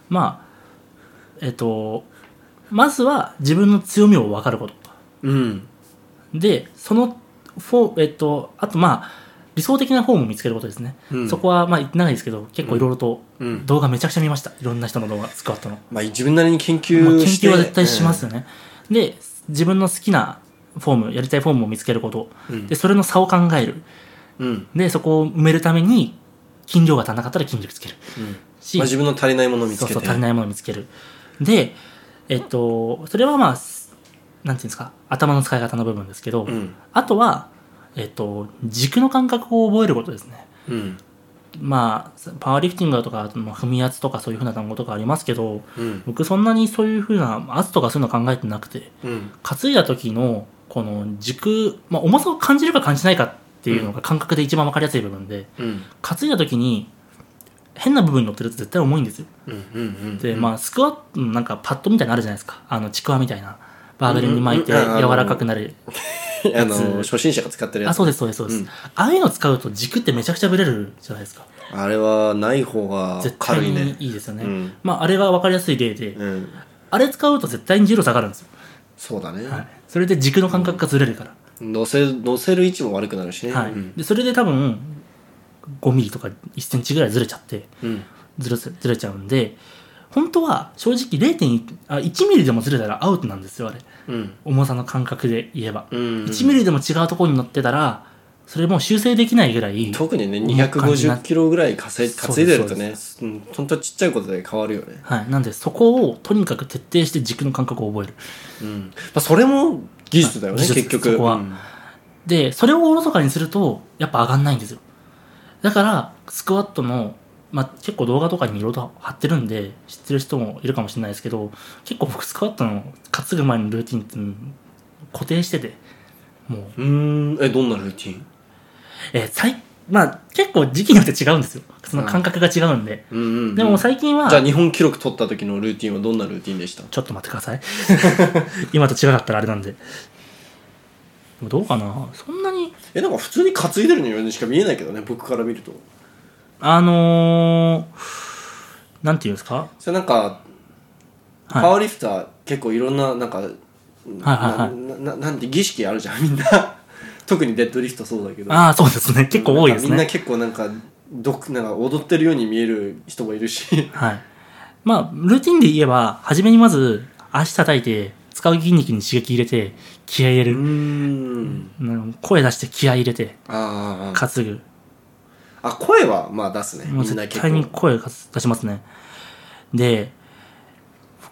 まあえっとまずは自分の強みを分かること
うん
でそのフォーえっとあとまあ理想的なフォームを見つけることですね、
うん
そこはまあ言ってないですけど結構いろいろと
うん
動画めちゃくちゃ見ましたいろんな人の動画スクワットの
まあ、自分なりに研
まあ
究
研
して、
究は絶対しますよね、で自分の好きなフォームやりたいフォームを見つけること、
うん
でそれの差を考える
うんうん
でそこを埋めるために筋量が足りなかったら筋力つけるし、
まあ、自分の足りないものを見つ
そう
けて
そう足りないものを見つけるでえっとそれはまあすなんていうんですか頭の使い方の部分ですけど、
うん
あとはえっと軸の感覚を覚えることですね
うん
まあパワーリフティングだとかまあ踏み圧とかそういうふうな単語とかありますけど
うん
僕そんなにそういうふうな圧とかそういうの考えてなくて
うん
担いだ時のこの軸、まあ、重さを感じるか感じないかっていうのが感覚で一番分かりやすい部分で
うん
担いだ時に変な部分に乗ってると絶対重いんですよ
うんうん
でまあスクワットのなんかパッドみたいなのあるじゃないですかあのちくわみたいなバーベルに巻いて
うんうんうんあ
柔
の
らかくなる
あの初心者が使ってるや
あ
つ
そうですそうですそうです、
うん
ああいうの使うと軸ってめちゃくちゃぶれるじゃないですか
あれはない方が
絶対
軽い
に
ね
いいですよね
うん
まああれは分かりやすい例で、
うん
あれ使うと絶対に重量下がるんですよ、
そうだね、
はい、それで軸の感覚がずれるから
乗せ乗せる位置も悪くなるしね、
はい
うん
でそれで多分5ミリとか1センチぐらいずれちゃって
うん
ずれずれちゃうんで本当は正直0.1あ1ミリでもずれたらアウトなんですよあれ
うん
重さの感覚で言えば、
うん
1ミリでも違うところに乗ってたらそれもう修正できないぐらい
特にね
重く感じな
250キロぐらい稼い
そう
担
です
いでるとねうんほんとちっちゃいことで変わるよね、
はい、なんでそこをとにかく徹底して軸の感覚を覚える
うんまあ、それも技術だよね、
はい技術
結局
そこは
うん
でそれをおろそかにするとやっぱ上がんないんですよだからスクワットの、まあ、結構動画とかにいろいろ貼ってるんで知ってる人もいるかもしれないですけど結構僕スクワットの担ぐ前のルーティンってうん固定しててもう、
うんえどんなルーティン
えー最まあ結構時期によって違うんですよその感覚が違うんで、
うんうんうん
でも最近は
じゃあ日本記録取った時のルーティンはどんなルーティンでした
ちょっと待ってください。 今と違かったらあれなんで。でもどうかなそんなに、
えなんか普通に担いでるようにしか見えないけどね僕から見ると
あのー、なんていうんですか
それなんか、
はい
パワーリフター結構いろんななんか、
はいはい
なななんて儀式あるじゃんみんな 特にデッドリフトそうだけど
ああ、そうですね。結構多いです
みんな
ね。
結構なんかどっなんか踊ってるように見える人もいるし
はい。まあ、ルーティンで言えば、初めにまず、足叩いて、使う筋肉に刺激入れて、気合入れ
う
る。
ん
うん声出して気合入れて、
あーあー
担ぐ。
あ声はまあ出すね
もう
みんな
絶
結
対に
構
声が出しますね。で、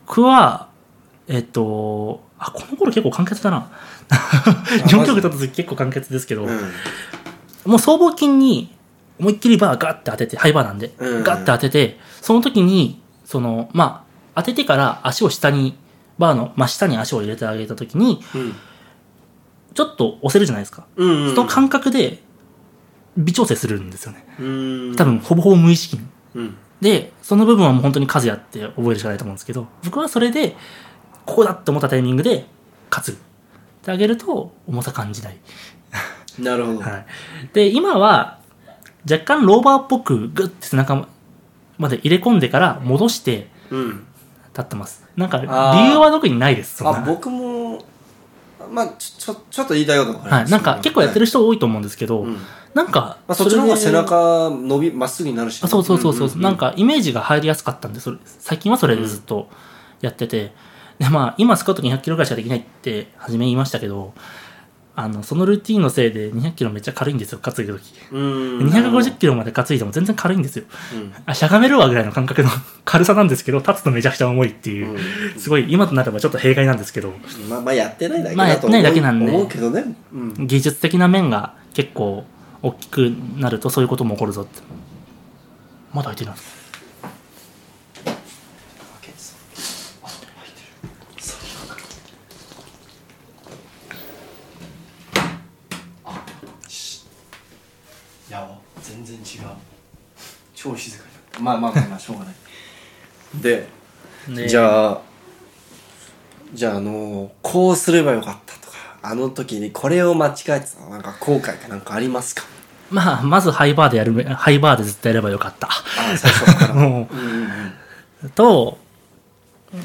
僕は、えっと、あ、この頃結構簡潔だな。4曲 取った時結構簡潔ですけど、
うん
もう僧帽筋に思いっきりバーガッて当てて、ハイバーなんで、
うん
ガッて当てて、その時に、その、まあ、当ててから足を下に、バーの真下に足を入れてあげた時に、
うん
ちょっと押せるじゃないですか。
うんうんうん
その感覚で、微調整するんですよね。
うん
多分、ほぼほぼ無意識に。
うん
で、その部分はもう本当に数やって覚えるしかないと思うんですけど、僕はそれで、ここだって思ったタイミングで、勝つ。ってあげると、重さ感じない。
なるほど
はい。で、今は、若干ローバーっぽく、グッて背中まで入れ込んでから戻して
うん
立ってます。なんか、理
あー
由は特にないです。そんな
あ僕もまあちょちょちょっと言いたいことが
はい。なんか、結構やって
る
る人多いと思うんですけど、
うんま
なんか、
あそっちの方が
そ
背
れで
中伸びまっすぐになるし
あそうそうそうそう,、
んんん
なんかイメージが入りやすかったんでそれ最近はそれでずっとやってて、でまあ今スクワット200キロぐらいしかできないって初め言いましたけどあのそのルーティンのせいで200キロめっちゃ軽いんですよ担いだ時
うん
250キロまで担いでも全然軽いんですよ
うん
あしゃがめるわぐらいの感覚の 軽さなんですけど立つとめちゃくちゃ重いっていう、
う
すごい今となればちょっと弊害なんですけど
んまあまあやってないだけ
まあ
だと思う
やってないだけなんで
思うけどねうん
技術的な面が結構大きくなるとそういうことも起こるぞってまだ開いてるんですか
やば全然違う超静かにまあまあまあまあしょうが ないで
ね
じゃあじゃああのこうすればよかったとかあの時にこれを間違えてたなんか後悔かなんかありますか
まあ、まずハイバーでやるべ、ハイバーでずっとやればよかっ た。
ああ最初から
も
うんうんうん
うと、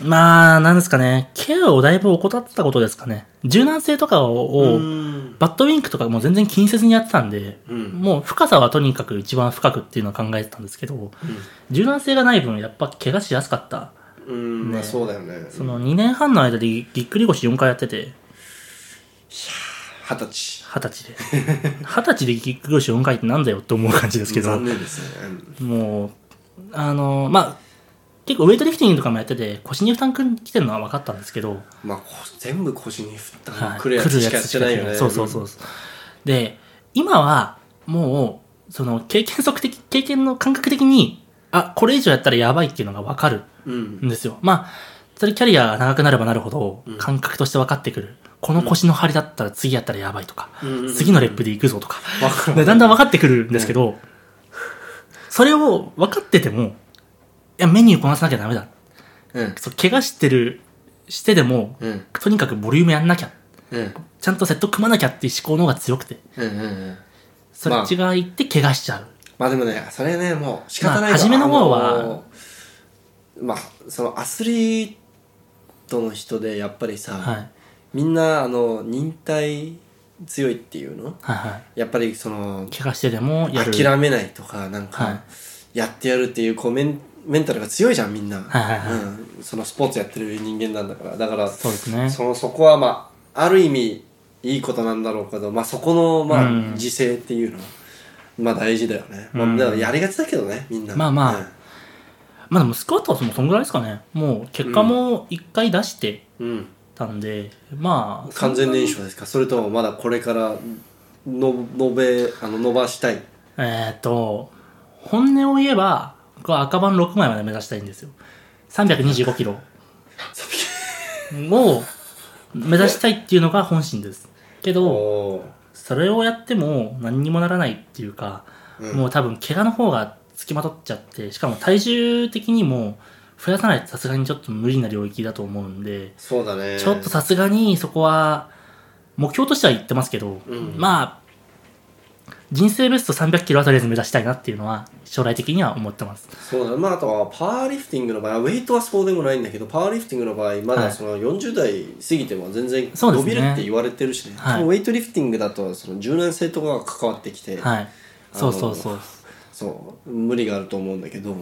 まあ、なんですかね、ケアをだいぶ怠ってたことですかね。柔軟性とかを、
うん
バッドウィンクとかもう全然気にせずにやってたんで、
うん
もう深さはとにかく一番深くっていうのを考えてたんですけど、柔軟性がない分、やっぱ怪我しやすかった。
うん、まあ
ね
そうだよね
その2年半の間でぎぎっくり腰4回やってて、
二十歳
20歳で。20 歳でぎっくり腰4回ってなんだよって思う感じですけど
残。念ですねうん
もう、あの、まあ、結構ウェイトリフティングとかもやってて、腰に負担くん来てるのは分かったんですけど、
まあこ全部腰に負
は
担
い
くるやつしかやってないよね
そうそうそうそう。で、今は、もう、その、経験則的、経験の感覚的に、あ、これ以上やったらやばいっていうのが分かる
うん
んですよ。まあ、それキャリアが長くなればなるほど、感覚として分かってくる。この腰の張りだったら次やったらやばいとか、
うん
次のレップで行くぞとか、
わかる
でだんだん分かってくるんですけど、それを分かってても、いや、メニューこなさなきゃダメだ。
うん
そう怪我してる、してでも、
うん
とにかくボリュームやんなきゃ、
うん
ちゃんとセット組まなきゃっていう思考の方が強くて、
うんうんうん
それ違いって怪我しちゃう。
まあでもね、それね、もう仕方ない
まあ初めの方は
あのまあ、そのアスリートの人でやっぱりさ、
はい。
みんな、あの、忍耐強いっていうの
はいは
やっぱりその
い。、怪我してでもやる。
諦めないとか、なん
はい
か、やってやるっていう、こうメン、メンタルが強いじゃん、みんな。
はいはいはい
うん。そのスポーツやってる人間なんだから。だから、
そうですね。
そのそこはまあある意味いいことなんだろうけど、まあ、そこのまあ
うん
自制っていうのは、まあ大事だよね、ま
うん
あ、だからやりがちだけどねみんな
まあまあまあでもスクワットはそもそんぐらいですかね。もう結果も一回出して
うん、うん
たんで、まあ、
完全燃焼ですかそれともまだこれからの伸べあの伸ばしたい
えっ、と、本音を言えば、僕は赤番6枚まで目指したいんですよ。325キロを目指したいっていうのが本心です。けど、
お
それをやっても何にもならないっていうか、
うん
もう多分怪我の方が付きまとっちゃって、しかも体重的にも増やさないとさすがにちょっと無理な領域だと思うんで、
そうだね
ちょっとさすがにそこは、目標としては言ってますけど、
うん
まあ、人生ベスト300キロはとりあえず目指したいなっていうのは、将来的には思ってます。
そうだねまああとはパワーリフティングの場合はウェイトはそうでもないんだけどパワーリフティングの場合ま
は
だ
い
その40代過ぎても全然
そうです
伸び
ね
るって言われてるしね
はい
でもウェイトリフティングだとその柔軟性とかが関わってきて、
はい。
あ
そ
の
うそうそう。
そう無理があると思うんだけど、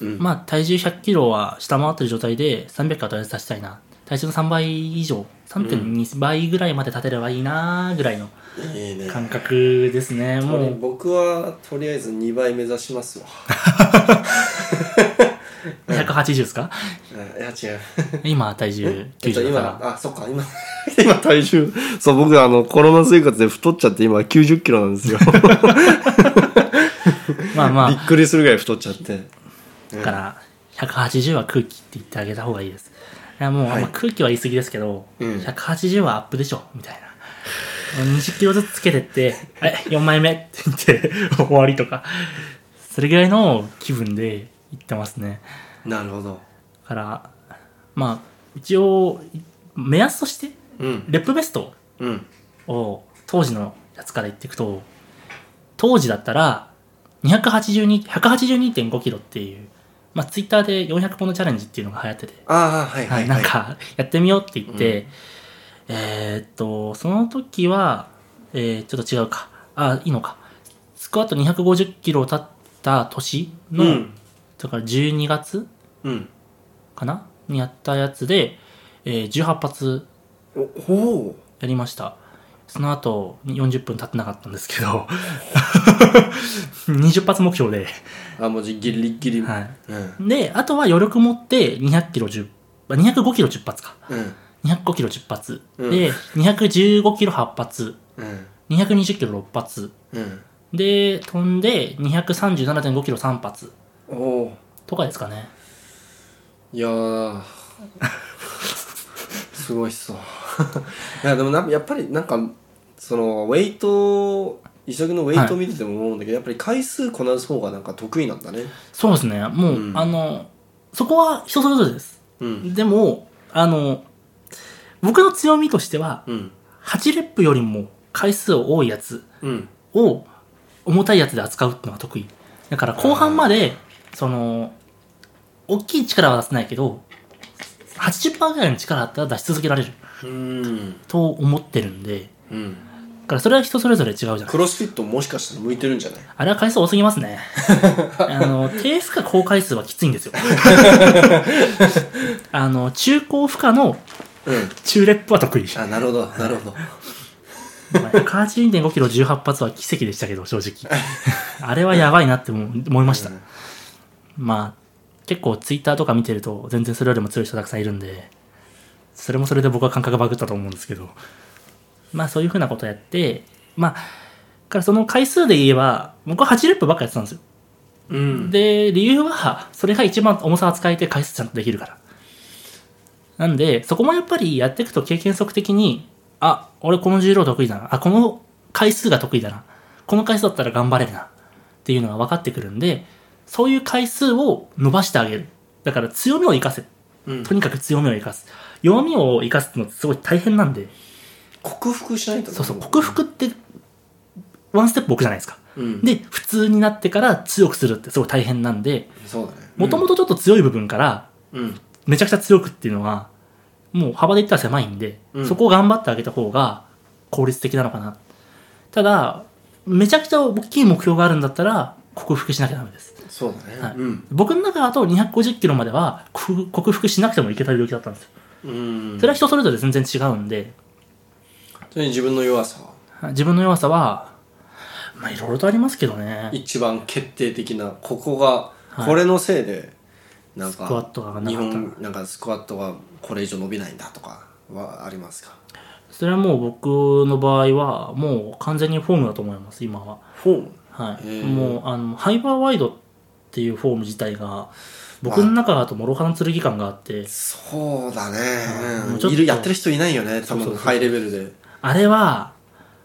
うん
まあ、体重100キロは下回ってる状態で、300はとりあえず出したいな。体重の3倍以上、3.2倍ぐらいまで立てればいいなぐらいの
いいね
感覚ですね。
と
も
り
う、
僕はとりあえず2倍目指しますわ
180です か
あいや違う
今、体重
えっと
90
今
だか
あそっか今 今体重そう僕あのコロナ生活で太っちゃって今9 0キロなんですよ
ら。まあ ま
び
あ
っ、くりするぐらい太っちゃって
だから、180は空気って言ってあげた方がいいです。いや、もう、
はい
まあ空気は言い過ぎですけど、
うん
180はアップでしょ、みたいな。 20キロずつつけてって、 はい、4枚目って言って、 終わりとか、それぐらいの気分で行ってますね。
なるほど。
だから、まあ、一応、目安として、
うん。
レップベスト
うん。
を当時のやつから言っていくと、当時だったら、282 182.5キロっていう、まあ、ツイッターで400本のチャレンジっていうのが流行ってて、
ああ、はいはい、はい。
なん、か、やってみようって言って、えーっと、その時は、えーちょっと違うか。あ、いいのか。スクワット250キロ経った年の、
うん。
だから12月
うん。
かなにやったやつで、えー18発
おお
やりました。その後、40分経ってなかったんですけど、20発目標で。
ー。あ、もうじギリギリ。。
はい
うん。
い。で、あとは余力持って200キロ10、あ205キロ10発か。
うん。
205キロ10発、
うん
で215キロ8発
うん。
220キロ6発
うん。
で飛んで237.5キロ3発
おお
とかですかね
ー。いやー。すごいっすわ。 いや、でもな、やっぱりなんか、その、ウェイト、医者のウェイトを見てても思うんだけど、やっぱり回数こなす方がなんか得意なんだね。
そうですねもう、
うん
あのそこは人それぞれです
うん。
でもあの僕の強みとしては
うん。
8レップよりも回数多いやつ
うん。
を重たいやつで扱うっていうのが得意だから後半までその大きい力は出せないけど80%ぐらいの力あったら出し続けられる
うん。
と思ってるんで、
うん。
だからそれは人それぞれ違うじゃない
クロスフィットもしかしたら向いてるんじゃない
あれは回数多すぎますね。あの、低負荷高回数はきついんですよ。あの、中高負荷の
うん。
中レップは得意。
あ、なるほど、なるほど。
182.5キロ18発は奇跡でしたけど、正直。あれはやばいなって思う思いました。まあ、結構ツイッターとか見てると、全然それよりも強い人たくさんいるんで、それもそれで僕は感覚がバグったと思うんですけど、まあそういうふうなことやって、まあ、だからその回数で言えば、僕は8レップばっかやってたんですよ。
うん。
で、理由は、それが一番重さ扱えて回数ちゃんとできるから。なんで、そこもやっぱりやっていくと経験則的に、あ、俺この重量得意だな。あ、この回数が得意だな。この回数だったら頑張れるな。っていうのが分かってくるんで、そういう回数を伸ばしてあげる。だから強みを生かせ。
うん
とにかく強みを生かす。弱みを生かすのってすごい大変なんで、
克服しないとね
そうそう、克服って、ワンステップ置くじゃないですか。
うん
で、普通になってから強くするってすごい大変なんで、
そうだね
もともとちょっと強い部分から、
うん
めちゃくちゃ強くっていうのは、もう幅で言ったら狭いんで、
うん
そこを頑張ってあげた方が効率的なのかな。ただ、めちゃくちゃ大きい目標があるんだったら、克服しなきゃダメです。
そうだね、
はい
うん
僕の中だと250キロまでは克服克服しなくてもいけた領域だったんですよ。
うん
それは人それぞれ全然違うんで、
それに自分の弱さは
自分の弱さは、まあいろいろとありますけどね。
一番決定的なここが、
はい
これのせいでなんか
スクワットがな
日
かった
本なんかスクワットがこれ以上伸びないんだとかはありますか
それはもう僕の場合は、もう完全にフォームだと思います、今は。
フォーム
はい、
へー
もうあのハイバーワイドっていうフォーム自体が僕の中だと諸刃の剣感があって
そうだね、
うん
うん
ちょっと
いるやってる人いないよね多
そうそ
分
うそう
ハイレベルで
あれは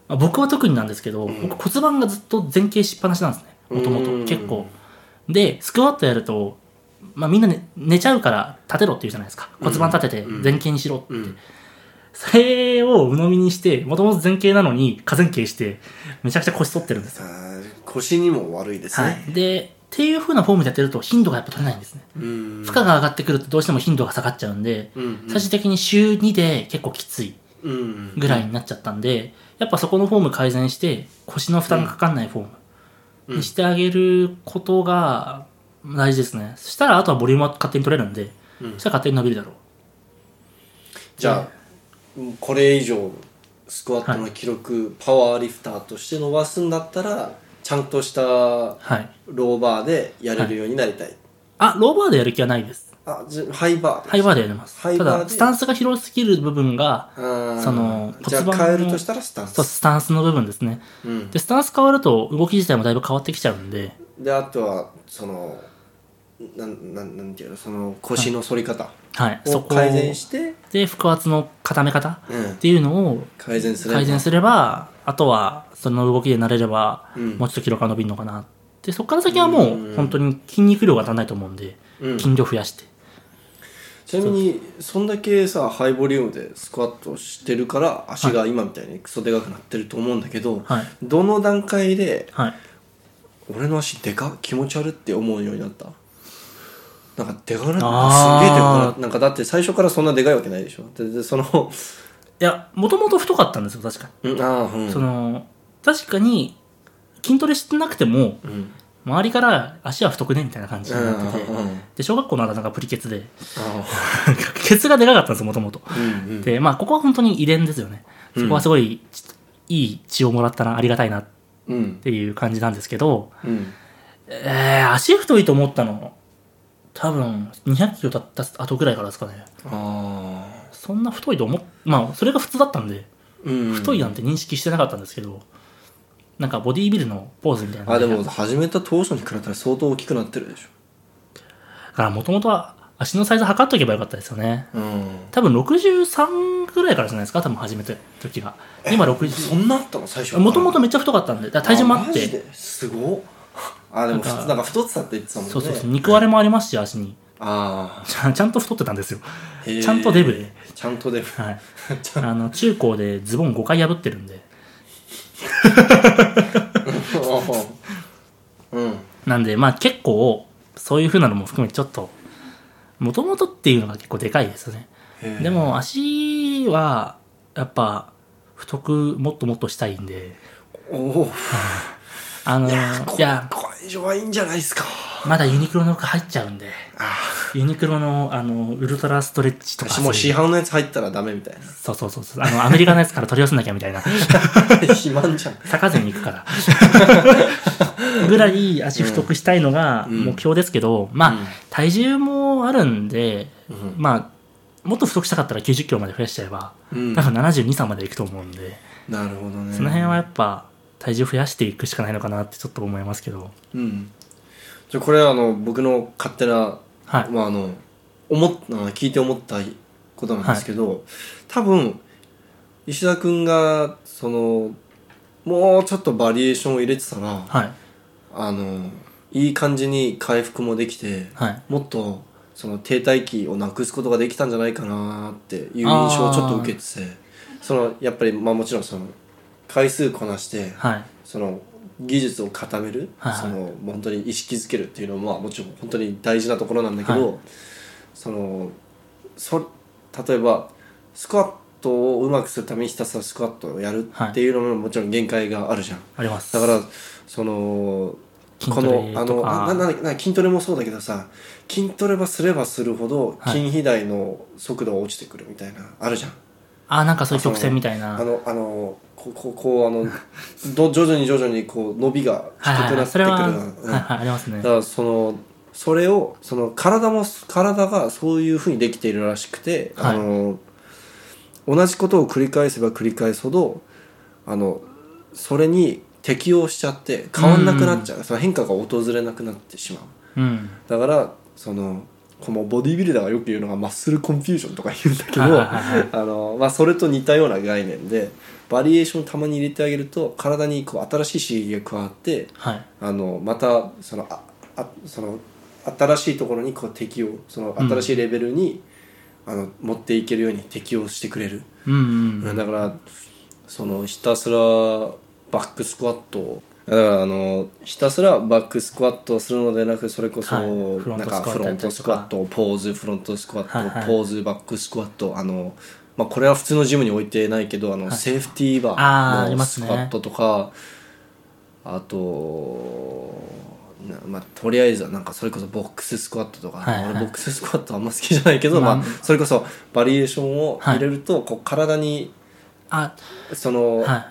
まあ僕は特になんですけど、
ん
僕骨盤がずっと前傾しっぱなしなんですねもとも
うん
と結構でスクワットやると、まあ、みんな、ね、寝ちゃうから立てろって言うじゃないですか骨盤立てて
うん
前傾にしろって、
うん
それを鵜呑みにしてもともと前傾なのに下前傾してめちゃくちゃ腰反ってるんです
あ
よ、
ー腰にも悪いですね、
はい、でっていう風なフォームでやってると頻度がやっぱ取れないんですね
うん
負荷が上がってくるとどうしても頻度が下がっちゃうんで、
うんうん
最終的に週2で結構きつい
うん
ぐらいになっちゃったんで、やっぱそこのフォーム改善して腰の負担がかかんないフォームにしてあげることが大事ですね。そしたらあとはボリュームは勝手に取れるんで、
うん
そしたら勝手に伸びるだろう。
じゃあ、うんこれ以上スクワットの記録、パワーリフターとして伸ばすんだったらちゃんとしたロ
はい。
ーバーでやれるようになりたい、
あ、ローバーでやる気はないです。
あじゃハイバーで
ハイバーでやります。
ハイ
た
バーで
だ、スタンスが広すぎる部分が、
あー
その
じゃあ
骨盤
変え
の
るとしたらスタンス
そうスタンスの部分ですね。
うん、
で、スタンス変わると動き自体もだいぶ変わってきちゃうんで、
であとはそのなんなんなんていうのその腰の反り方
はい、そ
を
こ
改善して、
で腹圧の固め方
うん
っ、ていうのを
改善すれば
改善すればあとはその動きで慣れれば、
うん
もうちょっと記録が伸びるのかなってそこから先はもう本当に筋肉量が足らないと思うんで、
うん
筋量増やして
ちなみにそんだけさハイボリュームでスクワットしてるから足が今みたいにクソでかくなってると思うんだけど、
はい
どの段階で
はい
俺の足でか気持ち悪いって思うようになったなんかでかくな
あー
すげえでかくななんかだって最初からそんなでかいわけないでしょででその
いやもともと太かったんですよ確かに、
うんああうん
その確かに筋トレしてなくても
うん
周りから足は太くねみたいな感じになってて、
うんうんうん
で小学校のあだ名がプリケツで
あ
ケツがでかかったんですもともと
あうんうん
でまあここは本当に遺伝ですよねそこはすごい、ちいい血をもらったなありがたいなっ
うん
ていう感じなんですけど
うん
えー、足太いと思ったの多分200キロ経った後ぐらいからですかね
ああ
そんな太いと思っまあそれが普通だったんで
うん
太いなんて認識してなかったんですけどなんかボディービルのポーズみたいな
あでも始めた当初に比べたら相当大きくなってるでし
だからもともとは足のサイズ測っとけばよかったですよね
ょうん
多分63ぐらいからじゃないですか多分始めた時が今
そ
60
んなあったの最初から
もともとめっちゃ太かったんでだから体重もあっ
マジ
て
ですごっあでも
なんか
ふつなんか太ってたって言ってたもんね
そうそうそう肉割れもありますし足に
あ
ちゃんちゃんと太ってたんですよ
あ
ちゃんとデブで
ちゃんとデブ
はいあの中高でズボン5回破ってるんで
うん
なんで、まあ結構、そういう風なのも含めちょっと、もともとっていうのが結構でかいですよね。
へー
でも足は、やっぱ、太く、もっともっとしたいんで、
おお
あの、い
こ
や、
これ以上はいいんじゃないですか
まだユニクロの服入っちゃうんで、
あ
ユニクロの、あの、ウルトラストレッチとか
私、もう
そうい
市
う
販のやつ入ったらダメみたい
そうそうそうそう、あの、アメリカのやつから取り寄せなきゃみたい な、
な肥満じゃん
咲かずに行 くから。ぐらい足太くしたいのが
うん
目標ですけど、まあ、
うん
体重もあるんで、
ん
まあ、もっと太くしたかったら90キロまで増やしちゃえば、
うん
多分72、3までいくと思うんで、
なるほどね
その辺はやっぱ、体重増やしていくしかないのかなってちょっと思いますけど、
うんじゃあこれはあの僕の勝手な
はい。
まああの思っあの聞いて思ったことなんですけど、多分石田君がそのもうちょっとバリエーションを入れてたら、
はい。
あのいい感じに回復もできて、
はい。
もっとその停滞期をなくすことができたんじゃないかなっていう印象をちょっと受けててそのやっぱりまあもちろんその回数こなして、
はい。
その技術を固める、
はいはい
そのもう本当に意識づけるっていうのもまあもちろん本当に大事なところなんだけど、
は
そのそ例えばスクワットをうまくするためにひたすらスクワットをやるっていうのももちろん限界があるじゃん。
あります。
だからその
筋
こ
ト
の
レ
あ
と
の
か
あななな筋トレもそうだけどさ筋トレはすればするほど
はい
筋肥大の速度が落ちてくるみたいな、あるじゃん。
あ、なんかそういう曲線みたい
あ
な。
のあのこうこうこうあ のど徐々に徐々にこう伸びが低く
はいは。
ないって
そ
く
れ
る
は、
な、うん
はいはい、ありますね
だか。らそのそれをその体も体がそういうふうにできているらしくて、
はい
あの同じことを繰り返せば繰り返すほどあのそれに適応しちゃって変わんなくなっちゃう、その変化が訪れなくなってしまう
うん。
だからそのこのボディービルダーがよく言うのがマッスルコンフュージョンとか言うんだけ
はい
ど
はい
あの、まあ、それと似たような概念でバリエーションをたまに入れてあげると体にこう新しい刺激が加わって
はい。
あのまたそのああその新しいところにこう適応その新しいレベルに、あの持っていけるように適応してくれる、
うんうん。
だからそのひたすらバックスクワットをだからあのひたすらバックスクワットをするのでなくそれこそ、
はいフロン
なん
トスク
か
ワット
フロントスクワットポーズフロントスクワット、
はいはい
ポーズバックスクワットあの、まあ、これは普通のジムに置いてないけどあの、セーフティーバ
あーあ
ー
り
の
ます
ス
ね
クワットとかあとなまあ、とりあえずはなんかそれこそボックススクワットとか、
はいはい
俺ボックススクワットあんま好きじゃないけど、
ま
まあ
あ
それこそバリエーションを入れると、こう体に
あ、
その、
は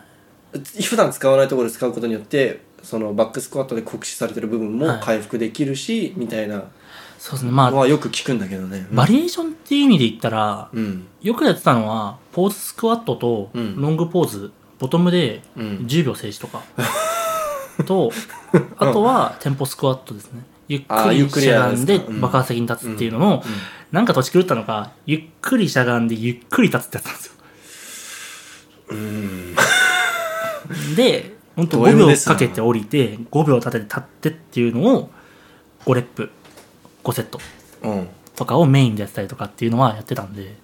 普段使わないところで使うことによってそのバックスクワットで酷使されてる部分
は
も
い。
回復できるし、みたいない
そうですね。まあ
の、はよく聞くんだけどね。
バリエーションっていう意味で言ったら、
うん
よくやってたのは、ポーズスクワットと、
う
ロ
ん
ングポーズ、ボトムで
うん
10秒静止とか。と、あとは、テンポスクワットですね。ゆっ
あ
く
ーゆっ
り
く
し
りや
ゃが
るん
ん
です
で
かうん
爆発的に立つっていうのを、なんか年狂ったのか、ゆっくりしゃがんでゆっくり立つってやったんですよ。で、本当
ド M で
5秒
すな
かけて降りて、5秒立てて立ってっていうのを、5レップ、5セット
うん
とかをメインでやってたりとかっていうのはやってたんで、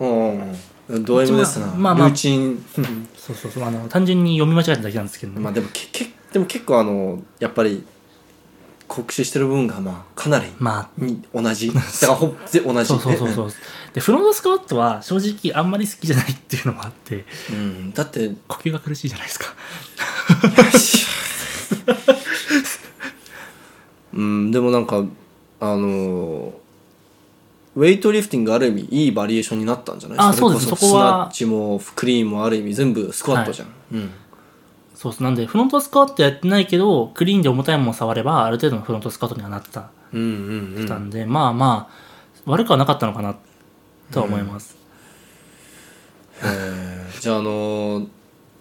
うんうんド M ですな
まあまあ
ルーチン
そうそうそう、あの、単純に読み間違えただけなんですけど、
まあでもけけでも結構あのやっぱり酷使してる部分がまあかなり
まあ、
に同じだからほぼぜ同じ
そうそうそうそう。で、フロントスクワットは正直あんまり好きじゃないっていうのもあって、
うん、だって
呼吸が苦しいじゃないですか。
うん、でもなんかあのーウェイトリフティングがある意味いいバリエーションになったんじゃない
あ
れこ
そうですそこは
スナッチもクリーンもある意味全部スクワットじゃん、うん
そうです。なんで、フロントスクワットやってないけど、クリーンで重たいもの触れば、ある程度のフロントスクワットにはなってた,、
うんうんうん
たんで、まあまあ、悪くはなかったのかな、とは思います。
えーじゃああのー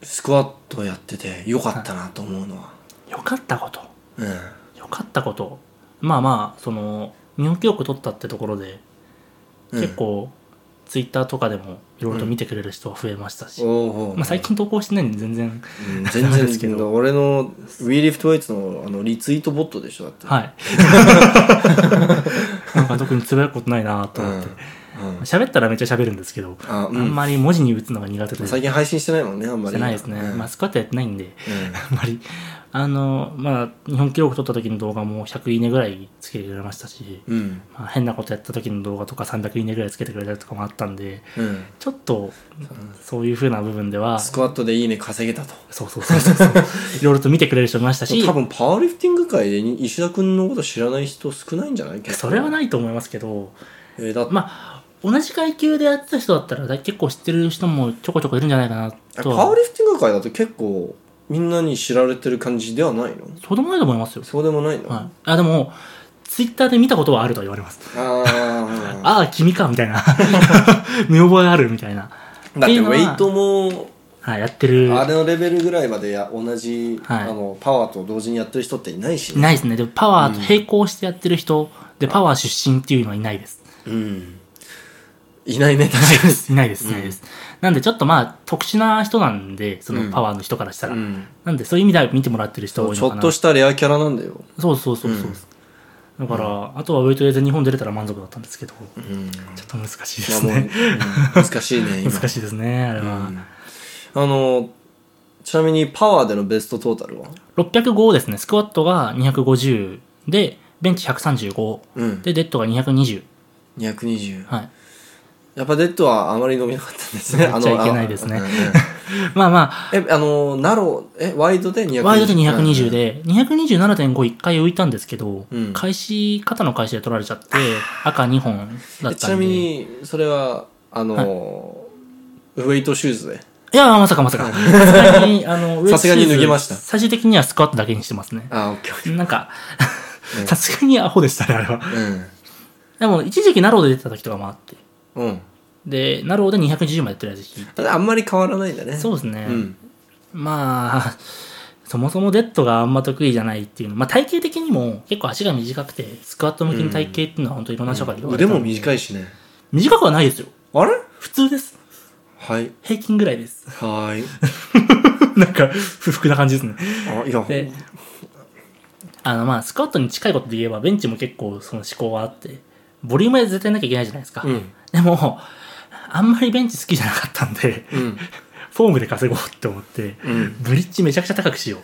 スクワットやっててよかったなと思うのは、
よかったこと。
うん
よかったこと。まあまあ、その、日本記録取ったってところで、
うん
結構、ツイッターとかでも、いろいろと見てくれる人は増えましたし、
おー
まあ最近投稿してないんで全然、
うん全
なん
然
で
ですす
け
け
ど
ど俺のウィーリフトウェイツのあのリツイートボットでしょだって、
はい。なんか特につぶやくことないなと
うん
思っ
う
て。
ん
喋ったらめっちゃ喋るんですけど、
あう
あん
ん
まり文字に打つのが苦手で。
最近配信してないもんねあんま
し
り
てないですね、
うん
まあ、スクワットやってないんで、
うん
あんまり、あの、まあ、日本記録取った時の動画も100いいねぐらいつけてくれましたし、
うん
まあ、変なことやった時の動画とか300いいねぐらいつけてくれたりとかもあったんで、
うん
ちょっと、そういう風な部分では、
ス
そ
クワットでいいね稼げたと
うそうそうそうそう、いろいろと見てくれる人いましたし
多、分パワーリフティング界で石田君のこと知らない人少ないんじゃない
それは
な、
ないと思いますけど、
えーだって
まあ、同じ階級でやってた人だったら、結構知ってる人もちょこちょこいるんじゃないかな
パ
と
ワー
は、
リフティング界だと結構みんなに知られてる感じではないの
そうでもないと思いますよ。
そうでもないの、
はい、あでも、ツイッターで見たことはあるとは言われます。
ああ
ああ、君か、みたいな。 見覚えある、みたいな。
だって
いう
ウ
のは
ェイトも
はい、やってる。
あれのレベルぐらいまでや同じ、
はい
あのパワーと同時にやってる人っていないし、
いないですね。でも、パワーと並行してやってる人、で、パワー出身っていうのはいない です。
うん、いないね
いない
確か
で
に
す。いないです。いないです。なんで、ちょっとまあ、特殊な人なんで、そうの
ん
パワーの人からしたら。
うん
なんで、そういう意味では見てもらってる人が多い
ち
の
ょ
か
っ
な。
としたレアキャラなんだよ、
そうそうそうそう。だから、あとはウェイトレーズ日本出れたら満足だったんですけど、
う
ち
ん
ょっと難しいで
いや
す
もう
ね。
うん難しいね今
難しいですね、あれは。
あのちなみにパワーでのベストトータルは
605ですね。スクワットが250で、ベンチ135。
うん
で、デッドが220。
220
はい。
やっぱデッドはあまり伸びなかったんですね
やっちゃいけないですね
あのあ
まあま
うんうんえあのナローえワイドで220
あ、ワイドで220で、227.5一回浮いたんですけど、
うん
開始、肩の開始で取られちゃって、赤2本だ
え
っ
ち
た
なん
で。
み
い
にそれはあのウェイトシューズで
や、まさかまさか。さすがに、あ の、
さすがに脱げました
最終的にはスクワットだけにしてますね。
あオッケーオッケ
なんか
う、ん
さすがにアホでしたね、あれは。
ー
でも、一時期ナローで出てた時とかもあって。
うんうん
で、ナローで210までやってる時期。
ただあんまり変わらないんだね
そう
う
ですね。
ん
まあ、そもそもデッドがあんま得意じゃないっていうの、まあ体型的にも結構足が短くて、スクワット向きの体型っていうのは本当いろんな人から言われ
腕
たんで
も短いしね
短くはないですよ。
あれ
普通です。
はい
平均ぐらいです。
はーい
なんか、不服な感じですね。
あいや
で、あのまあ、スクワットに近いことで言えば、ベンチも結構その思考があって、ボリュームは絶対なきゃいけないじゃないですか。
うん
でも、あんまりベンチ好きじゃなかったんで、
うん
フォームで稼ごうって思って、
うん
ブリッジめちゃくちゃ高くしよう。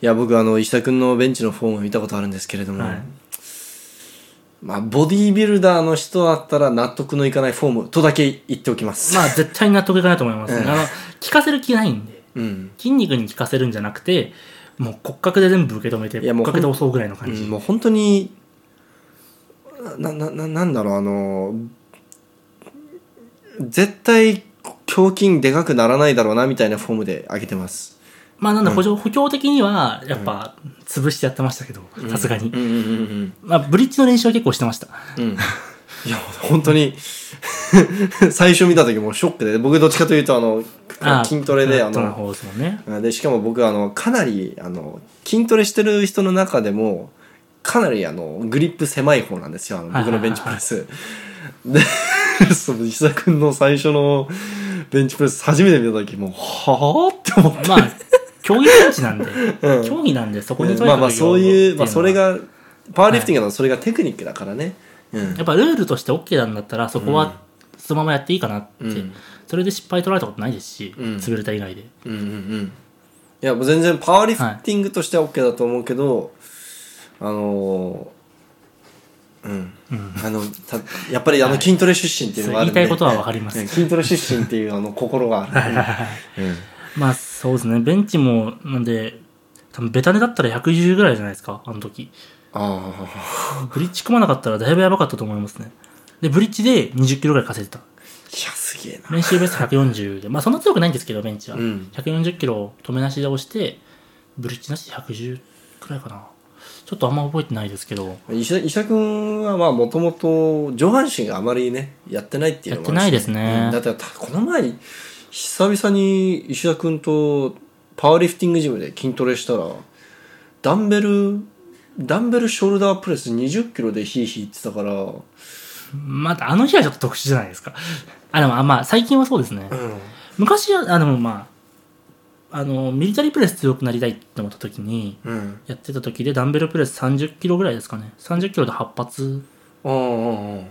いや僕あの石田君のベンチのフォーム見たことあるんですけれども、
はい
まあ、ボディービルダーの人だったら納得のいかないフォームとだけ言っておきます、
まあ絶対に納得いかないと思いますね。
うん
あの、効かせる気ないんで、
うん、
筋肉に効かせるんじゃなくて、もう骨格で全部受け止めて、
いやも
骨
う
格で襲うぐらいの
う
感じ。
んもう本当にななななんだろうあの絶対胸筋でかくならないだろうなみたいなフォームで上げてます
まあなんだ補助、補強的には、やっぱ、潰してやってましたけど、さすが
う。
に
んうんうん
まあ、ブリッジの練習は結構してました。
うんうん いや本当に最初見た時もうショックで僕どっちかというとあの
あ
筋トレであ
フラットの
の
方ですもんね。
でしかも僕あのかなりあの筋トレしてる人の中でもかなりあのグリップ狭い方なんですよあの
はいは
僕
いは
の
い
ベンチプレス。で その石田君の最初のベンチプレス初めて見た時もうはあって思って、
まあ、競技ベンチなんで、
うん
競技なんで、そこに
まあまあそういう、まあ、それ
や
がパワーリフティングのそれがテクニックだからね。うん
っぱルールとして OK なんだったら、そこはそのままやっていいかなって、
うん
それで失敗取られたことないですし、
うん
潰れた以外で。
うんうんうんいやもう全然パワーリフティングとしては OK だと思うけど、あのーうん、
うん
あのたやっぱりあの筋トレ出身っていうのがあるんで、
言いたいことはわかります
うん筋トレ出身っていうあの心がある、うん
まあそうですね、ベンチも、なんで、多分ベタネだったら110ぐらいじゃないですか、あの時。
ああ
ブリッジ組まなかったらだいぶやばかったと思いますね。で、ブリッジで20キロぐらい稼いでた。
いやすげえな
練習ベスト140で、まあそんな強くないんですけど、ベンチは。
うん
140キロを止めなしで押して、ブリッジなしで110くらいかな。ちょっとあんま覚えてないですけど、
石田石田君はまあもともと上半身があまりねやってないっていうのもあるし
やってないですね
うんだってたこの前久々に石田君とパワーリフティングジムで筋トレしたらダンベルダンベルショルダープレス20キロでヒーヒー言ってたから
まだあの日はちょっと特殊じゃないですか。 あ、でもあまあ最近はそうですね。昔は、あ、でもまあ、あの、ミリタリープレス強くなりたいって思った時に、
うんうん
やってた時でダンベルプレス30キロぐらいですかね。30キロで8発、
うんうんうん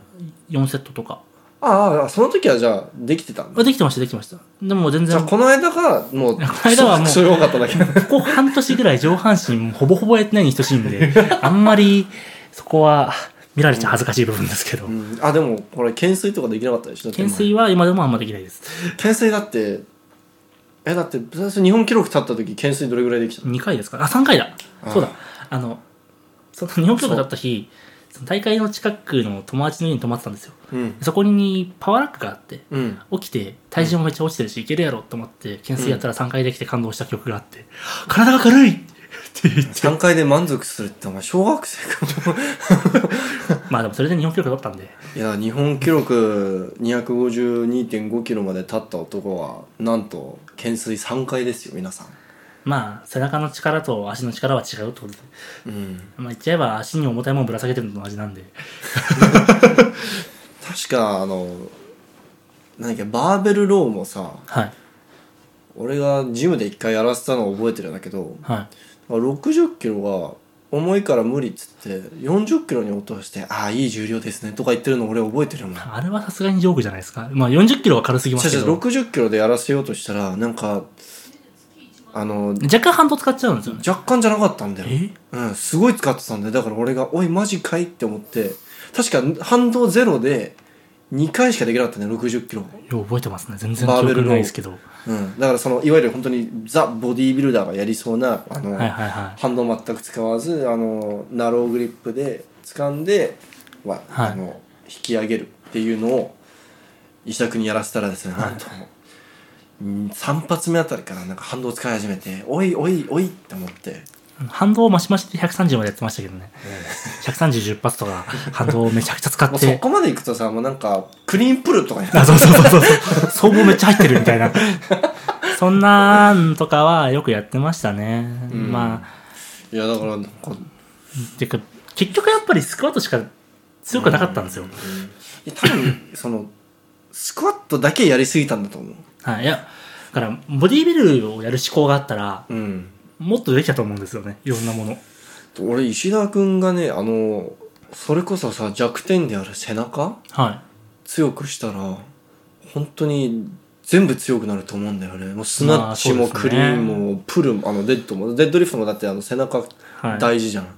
4セットとか。
ああその時はじゃあできてたんだ
あできてました、できてました。でも全
じゃあ
然、
この間がもうこ
の間はもう
それ多かっただけ
ここ 半年ぐらい上半身ほぼほぼやってないに等しいんで、あんまりそこは見られちゃ恥ずかしい部分ですけど
う。んあでもこれ懸垂とかできなかったでしょだって
懸垂は今でもあんまできないです。
懸垂だってえだって最初日本記録立った時懸垂どれぐらいできたの
2回ですかあ、3回だ。
ああ
そうだ。あの、その日本記録だった日、その大会の近くの友達の家に泊まってたんですよ。
うん
そこにパワーラックがあって、
うん
起きて体重もめっちゃ落ちてるし、いけるやろと思って懸垂やったら3回できて感動した記憶があって、体が軽いって言って
3回で満足するってお前小学生か も
まあでもそれで日本記録取ったんで
いや日本記録252.5キロまで立った男はなんと懸垂3回ですよ皆さ
まあ背中の力と足の力は違うってことで
んうん
まあ言っちゃえば足に重たいもんぶら下げてるのと同じなんで
確かあの何かバーベルローもさ
はい
俺がジムで1回やらせたのを覚えてるんだけど
はい
60キロが重いから無理っつって40キロに落として「ああいい重量ですね」とか言ってるの俺覚えてるもん
あれはさすがにジョークじゃないですかまあ40キロは軽すぎま
違
す
う
け
違う
ど
60キロでやらせようとしたらなんかあの
若干反動使っちゃうんですよね
若干じゃなかったんだよ、
え
うん、すごい使ってたんだよだから俺が「おいマジかい?」って思って確か反動ゼロで2回しかできなかったんだよ60キロ、
よう覚えてますね全然記
バーベ
憶
ル
に
の
ないですけどは
うん、だからそのいわゆる本当にザ・ボディービルダーがやりそうなあの、
いはいはい
反動全く使わずあのナローグリップで掴んで、まあ
はい
あの引き上げるっていうのを石田君にやらせたらですね、なんと3発目あたりからなんか反動使い始めて「おいおいおい」って思って
反動を増し増しで130までやってましたけどね、13010発とか反動をめちゃくちゃ使
も
っ
うそ
て
こまでいくとさもうなんかクリーンプルとかやる
あ、そうそうそうそうそう。総合めっちゃ入ってるみたいな。そんなんとかはよくやってましたね。
ん
ま
いやだからなんか
あ、てか、結局やっぱりスクワットしか強くなかったんですよ。
いや多分そのスクワットだけやりすぎたんだと思う。
はい。いや、だから、ボディービルをやる思考があったら、
うん
もっとできたと思うんですよね。いろんなもの。
俺石田君がねあのそれこそさ弱点である背中
は
強くしたら本当に全部強くなると思うんだよねもうスナッチ
ま
も
あそう
ク
ですね
リーンもプルもあのデッドもデッドリフトもだってあの背中
い。はい。
大事じゃん、ま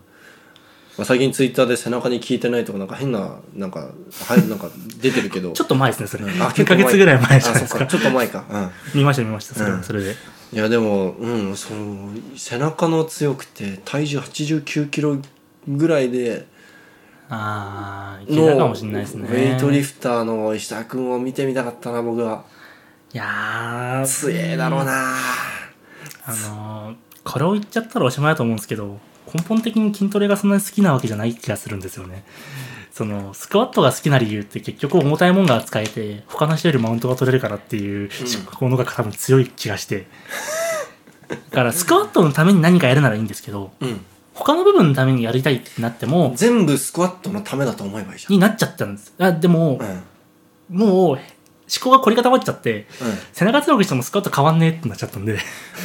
あ、最近ツイッターで背中に効いてないとかなんか変ななんかはいなんか出てるけど
ちょっと前ですね、それ。
あ
1
結
ヶ
構前
月ぐらい前じゃないです
あそっ
か。
ちょっと前かうん
見ました、見ました。それ,、
うん
それで。
いやでもうんその背中の強くて体重8 9キロぐらいで
ああ、いけた
の
かもしれないですね。
ウェイトリフターの石田君を見てみたかったな僕はい
やー、
強えだろうな
あのーこれを言っちゃったらおしまいだと思うんですけど、根本的に筋トレがそんなに好きなわけじゃない気がするんですよね。そのスクワットが好きな理由って結局重たいもんが使えて他の人よりマウントが取れるからっていう思考の方が多分強い気がして、だからスクワットのために何かやるならいいんですけど
うん。
他の部分のためにやりたいってなっても
全部スクワットのためだと思えばいいじ
になっちゃったんですあでも
ゃん。うん。うん。
もう思考が凝り固まっちゃって背中強くしてもスクワット変わんねえってなっちゃったんでっ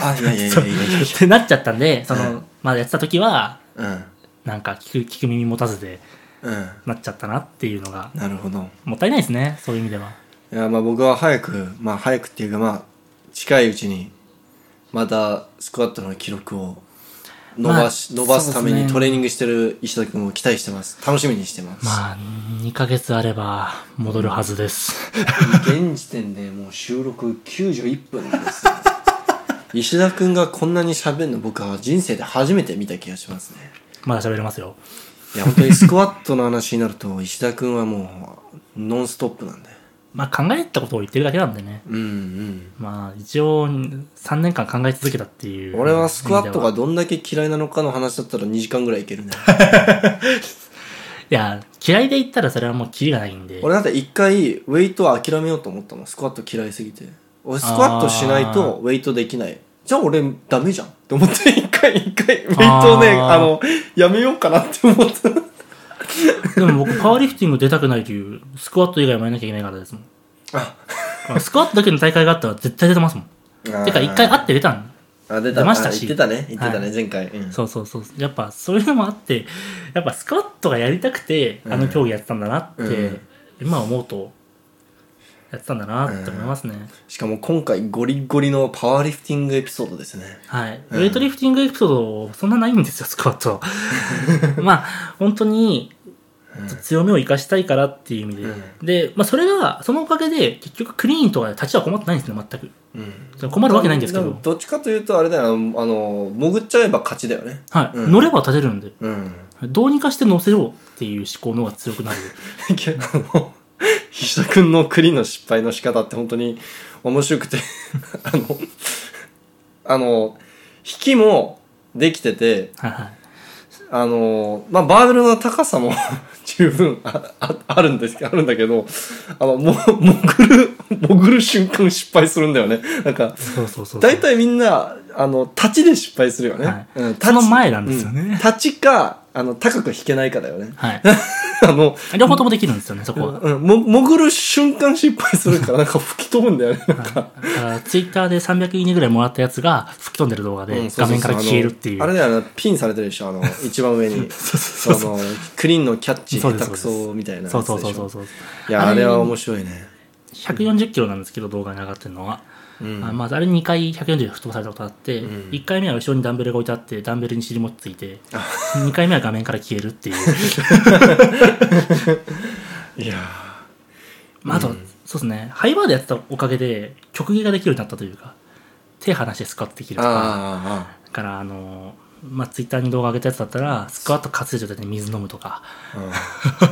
あ、いやいやいやいやいや い
てなっちゃったんでそうの
ん
まだやってた時は
や。
なんか聞く聞く耳持たずで
うん。うん。
なっちゃったなっていうのが
なるほど。
もったいないですねそういう意味ではい
や、まあ僕は早く、まあ早くっていうかまあ、近いうちに、またスクワットの記録を伸ばし、
まあ
伸ばすため
そうです
に
ね
トレーニングしてる石田君を期待してます。楽しみにしてます。
まあ2ヶ月あれば戻るはずです
現時点でもう収録91分なん ですよ石田君がこんなに喋るの僕は人生で初めて見た気がしますね
まだ喋れますよ
いや本当にスクワットの話になると石田君はもうノンストップなんで
まあ考えたことを言ってるだけなんでね
うんうん
まあ一応3年間考え続けたっていう
俺はスクワット
意
が
味では
どんだけ嫌いなのかの話だったら2時間ぐらいいけるね
いや嫌いで言ったらそれはもうキリがないんで
俺だって一回ウェイトは諦めようと思ったのスクワット嫌いすぎて俺スクワットしないとウェイトできないじゃあ俺ダメじゃんって思って 一回一回ウェイトをね
あー
あのやめようかなって思った
でも僕パワーリフティング出たくないというスクワット以外もやらなきゃいけないからですもん
あ
まあスクワットだけの大会があったら絶対出てますもん てか一回会って出たん
あ出た
出ましたし
あ言ってたね言ってたね、
は
前回、うん
そうそうそう。やっぱ、そういうのもあって、やっぱスクワットがやりたくて、
うん
あの競技やってたんだなって、
うん
今思うと、やってたんだなって思いますね。
しかも今回ゴリゴリのパワーリフティングエピソードですね
はい。
うん
ウェイトリフティングエピソード、そんなないんですよ、スクワ ット。まあ、本当に、強みを生かしたいからっていう意味で。
う
で、まあ、それが、そのおかげで、結局クリーンとかで立ちは困ってないんですね、全
うん
く。困るわけないんですけ
で
ど
も。どっちかというとあれだよあの潜っちゃえば勝ちだよね
はい。
うん
乗れば立てるんで、
うん
どうにかして乗せようっていう思考の方が強くなる。
あの 石田君のクリの失敗の仕方って本当に面白くて あのあの引きもできてて
はいはい。
あのまあ、バーベルの高さも 十分あああるんですあるんだけど、あの、も、潜る、潜る瞬間失敗するんだよね。なんか、
そうそうそうそう。
大体みんな、あの、立ちで失敗するよね。
はい
うん、立ち
その前なんですよね。
うん立ちか、あの、高く引けないかだよね
はい。
あの、
両方ともできるんですよね、そこは。
うん、も、潜る瞬間失敗するから、なんか吹き飛ぶんだ よね。なんか、
ツイッターで300いいねぐらいもらったやつが吹き飛んでる動画
う
で
んそうそうそ
画
う
面から消えるってい
あのあ
う。
れだよね、ピンされてるでしょ、あの、一番上 に。その、クリーンのキャッチ、下
そうで
手
す
くそみたいなやつでし
そ
ょ。
うそうそうそうそう。
いや、あれは面白いね。
140キロなんですけど、動画に上がってるのは。
うん
あまずあれ2回140で吹っ飛ばされたことあって、
うん
1回目は後ろにダンベルが置いてあって、ダンベルに尻もついて、2回目は画面から消える っていう。
いや
まあ、あと、そうですね、ハイバーでやってたおかげで曲芸ができるようになったというか、手離してスカッとできるとか。
あ
だから、あの、まあ、ツイッターに動画上げたやつだったら、スクワット担いで状態で水飲むとか。
ああ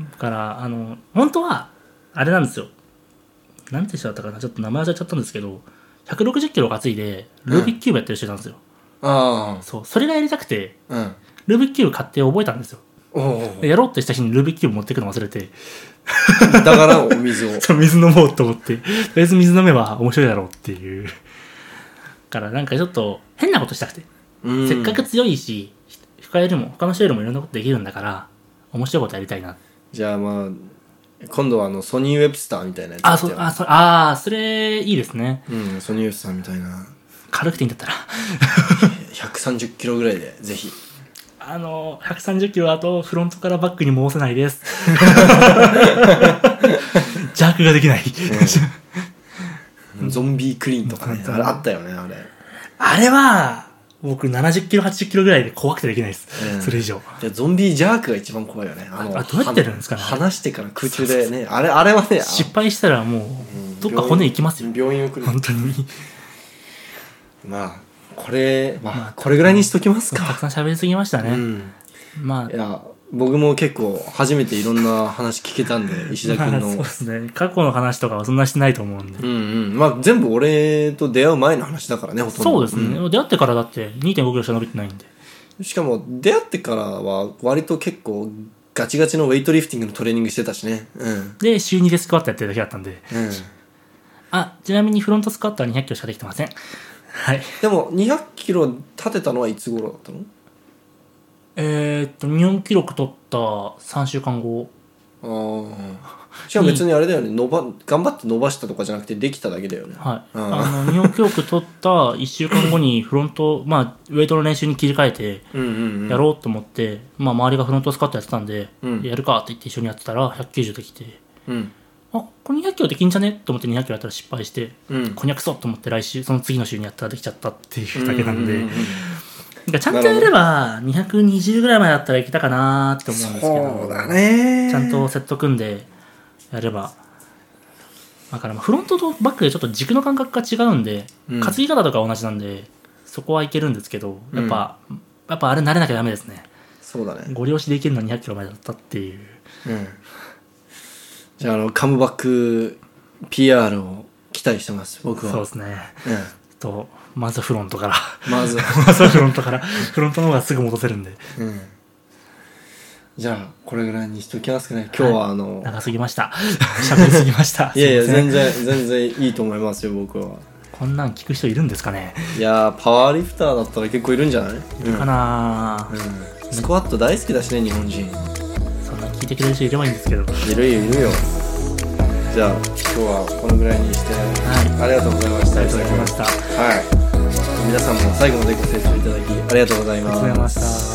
だから、あの、本当は、あれなんですよ。なんて人だったかなちょっと名前忘れちゃったんですけど、160キロ担いで、ルービックキューブやってる人なんですよ。
あ
そう、それがやりたくて、
あうん
ルービックキューブ買って覚えたんですよ。
お
でやろうとした日にルービックキューブ持ってくの忘れて、
だからお水を
そう水飲もうと思って、とりあえず水飲めば面白いだろうっていう。だから、なんかちょっと、変なことしたくて。
うん
せっかく強いし、他よりも、他の人よりもいろんなことできるんだから、面白いことやりたいな。
じゃあまあ今度はあのソニー・ウェブスターみたいなやつ
あ、そ
や
う
っ、てよ
あ、そあー、それ、いいですね。
うんソニー・ウェブスターみたいな
軽くていいんだったら。
130キロぐらいでぜひ
あの、130キロだとフロントからバックにも押せない です。ジャークができない。
ゾンビクリーンとかねあれあったよねあれ
あれは、僕70キロ、80キロぐらいで怖くてできないです。
うん
それ以上。
でゾンビジャークが一番怖いよねあの
あどうやってやるんですかね
は話してから空中でねあれあれはねあ
失敗したらも
うん
う、どっか骨いきますよ。
病院送る
本当に。
まあこれまあこれぐらいにしときます
た
か
くさん喋りすぎましたね。
うん
まあ
い、や僕も結構初めていろんな話聞けたんで石田
ま
君
あそう
の
ですね。過去の話とかはそんなしてないと思うんで。
うんうんまあ全部俺と出会う前の話だからねほとんど
そうですね。
ん
出会ってからだって2.5キロしか伸びてないんで。
しかも出会ってからは割と結構ガチガチのウェイトリフティングのトレーニングしてたしね。うん。
で、週2でスクワットやってるだけだったんで。
うん。
あ、ちなみにフロントスクワットは200キロしかできてません。はい。
でも、200キロ立てたのはいつ頃だったの
えーっと、日本記録取った3週間後。
ああ。しかも別にあれだよね、伸ば、頑張って伸ばしたとかじゃなくてできただけだよね。
はい。
うん
あの、日本記録取った1週間後にフロント、まあ、ウェイトの練習に切り替えて、
うんうん
やろうと思って、まあ、周りがフロントスカットやってたんで、
うん
やるかって言って一緒にやってたら190できて
うん。うん。
あこれ200キロできんじゃねと思って200キロやったら失敗して、
うん。
こんにゃくそと思って来週その次の週にやったらできちゃったっていうだけなんで、
ううう
なんかちゃんとやれば220ぐらいまでだったらいけたかなって思うんですけど
そうだね。
ちゃんとセット組んでやればだからまあフロントとバックでちょっと軸の感覚が違うんで、
うん
担ぎ方とかは同じなんでそこはいけるんですけどやっぱ、やっぱあれ慣れなきゃダメですね
そうだね。
ご利用しできるの200キロまでだったっていう
うん。じゃあ、あの、カムバック PR を期待してます、僕は。
そうですね
う
とまずフロントから
ん。まずは。
まずはフロントからフロントの方がすぐ戻せるんで
うん。じゃあ、これぐらいにしときますかね。今日は、あの、
長すぎました 喋りすぎました
いやいや、
すません
全然、全然いいと思いますよ、僕は。
こんなん聞く人いるんですかね、
いやー、パワーリフターだったら結構いるんじゃないうん
かな
う
ぁ、
ん。スクワット大好きだしね、日本人。
そんなん聞いてくれる人いればいいんですけど
いるよ、いるよ。じゃあ、今日はこのぐらいにして、
い
ありがとうございました。
ありがとうございました
はい。皆さんも最後までご清聴いただき、ありがとうござい
ありがとうございました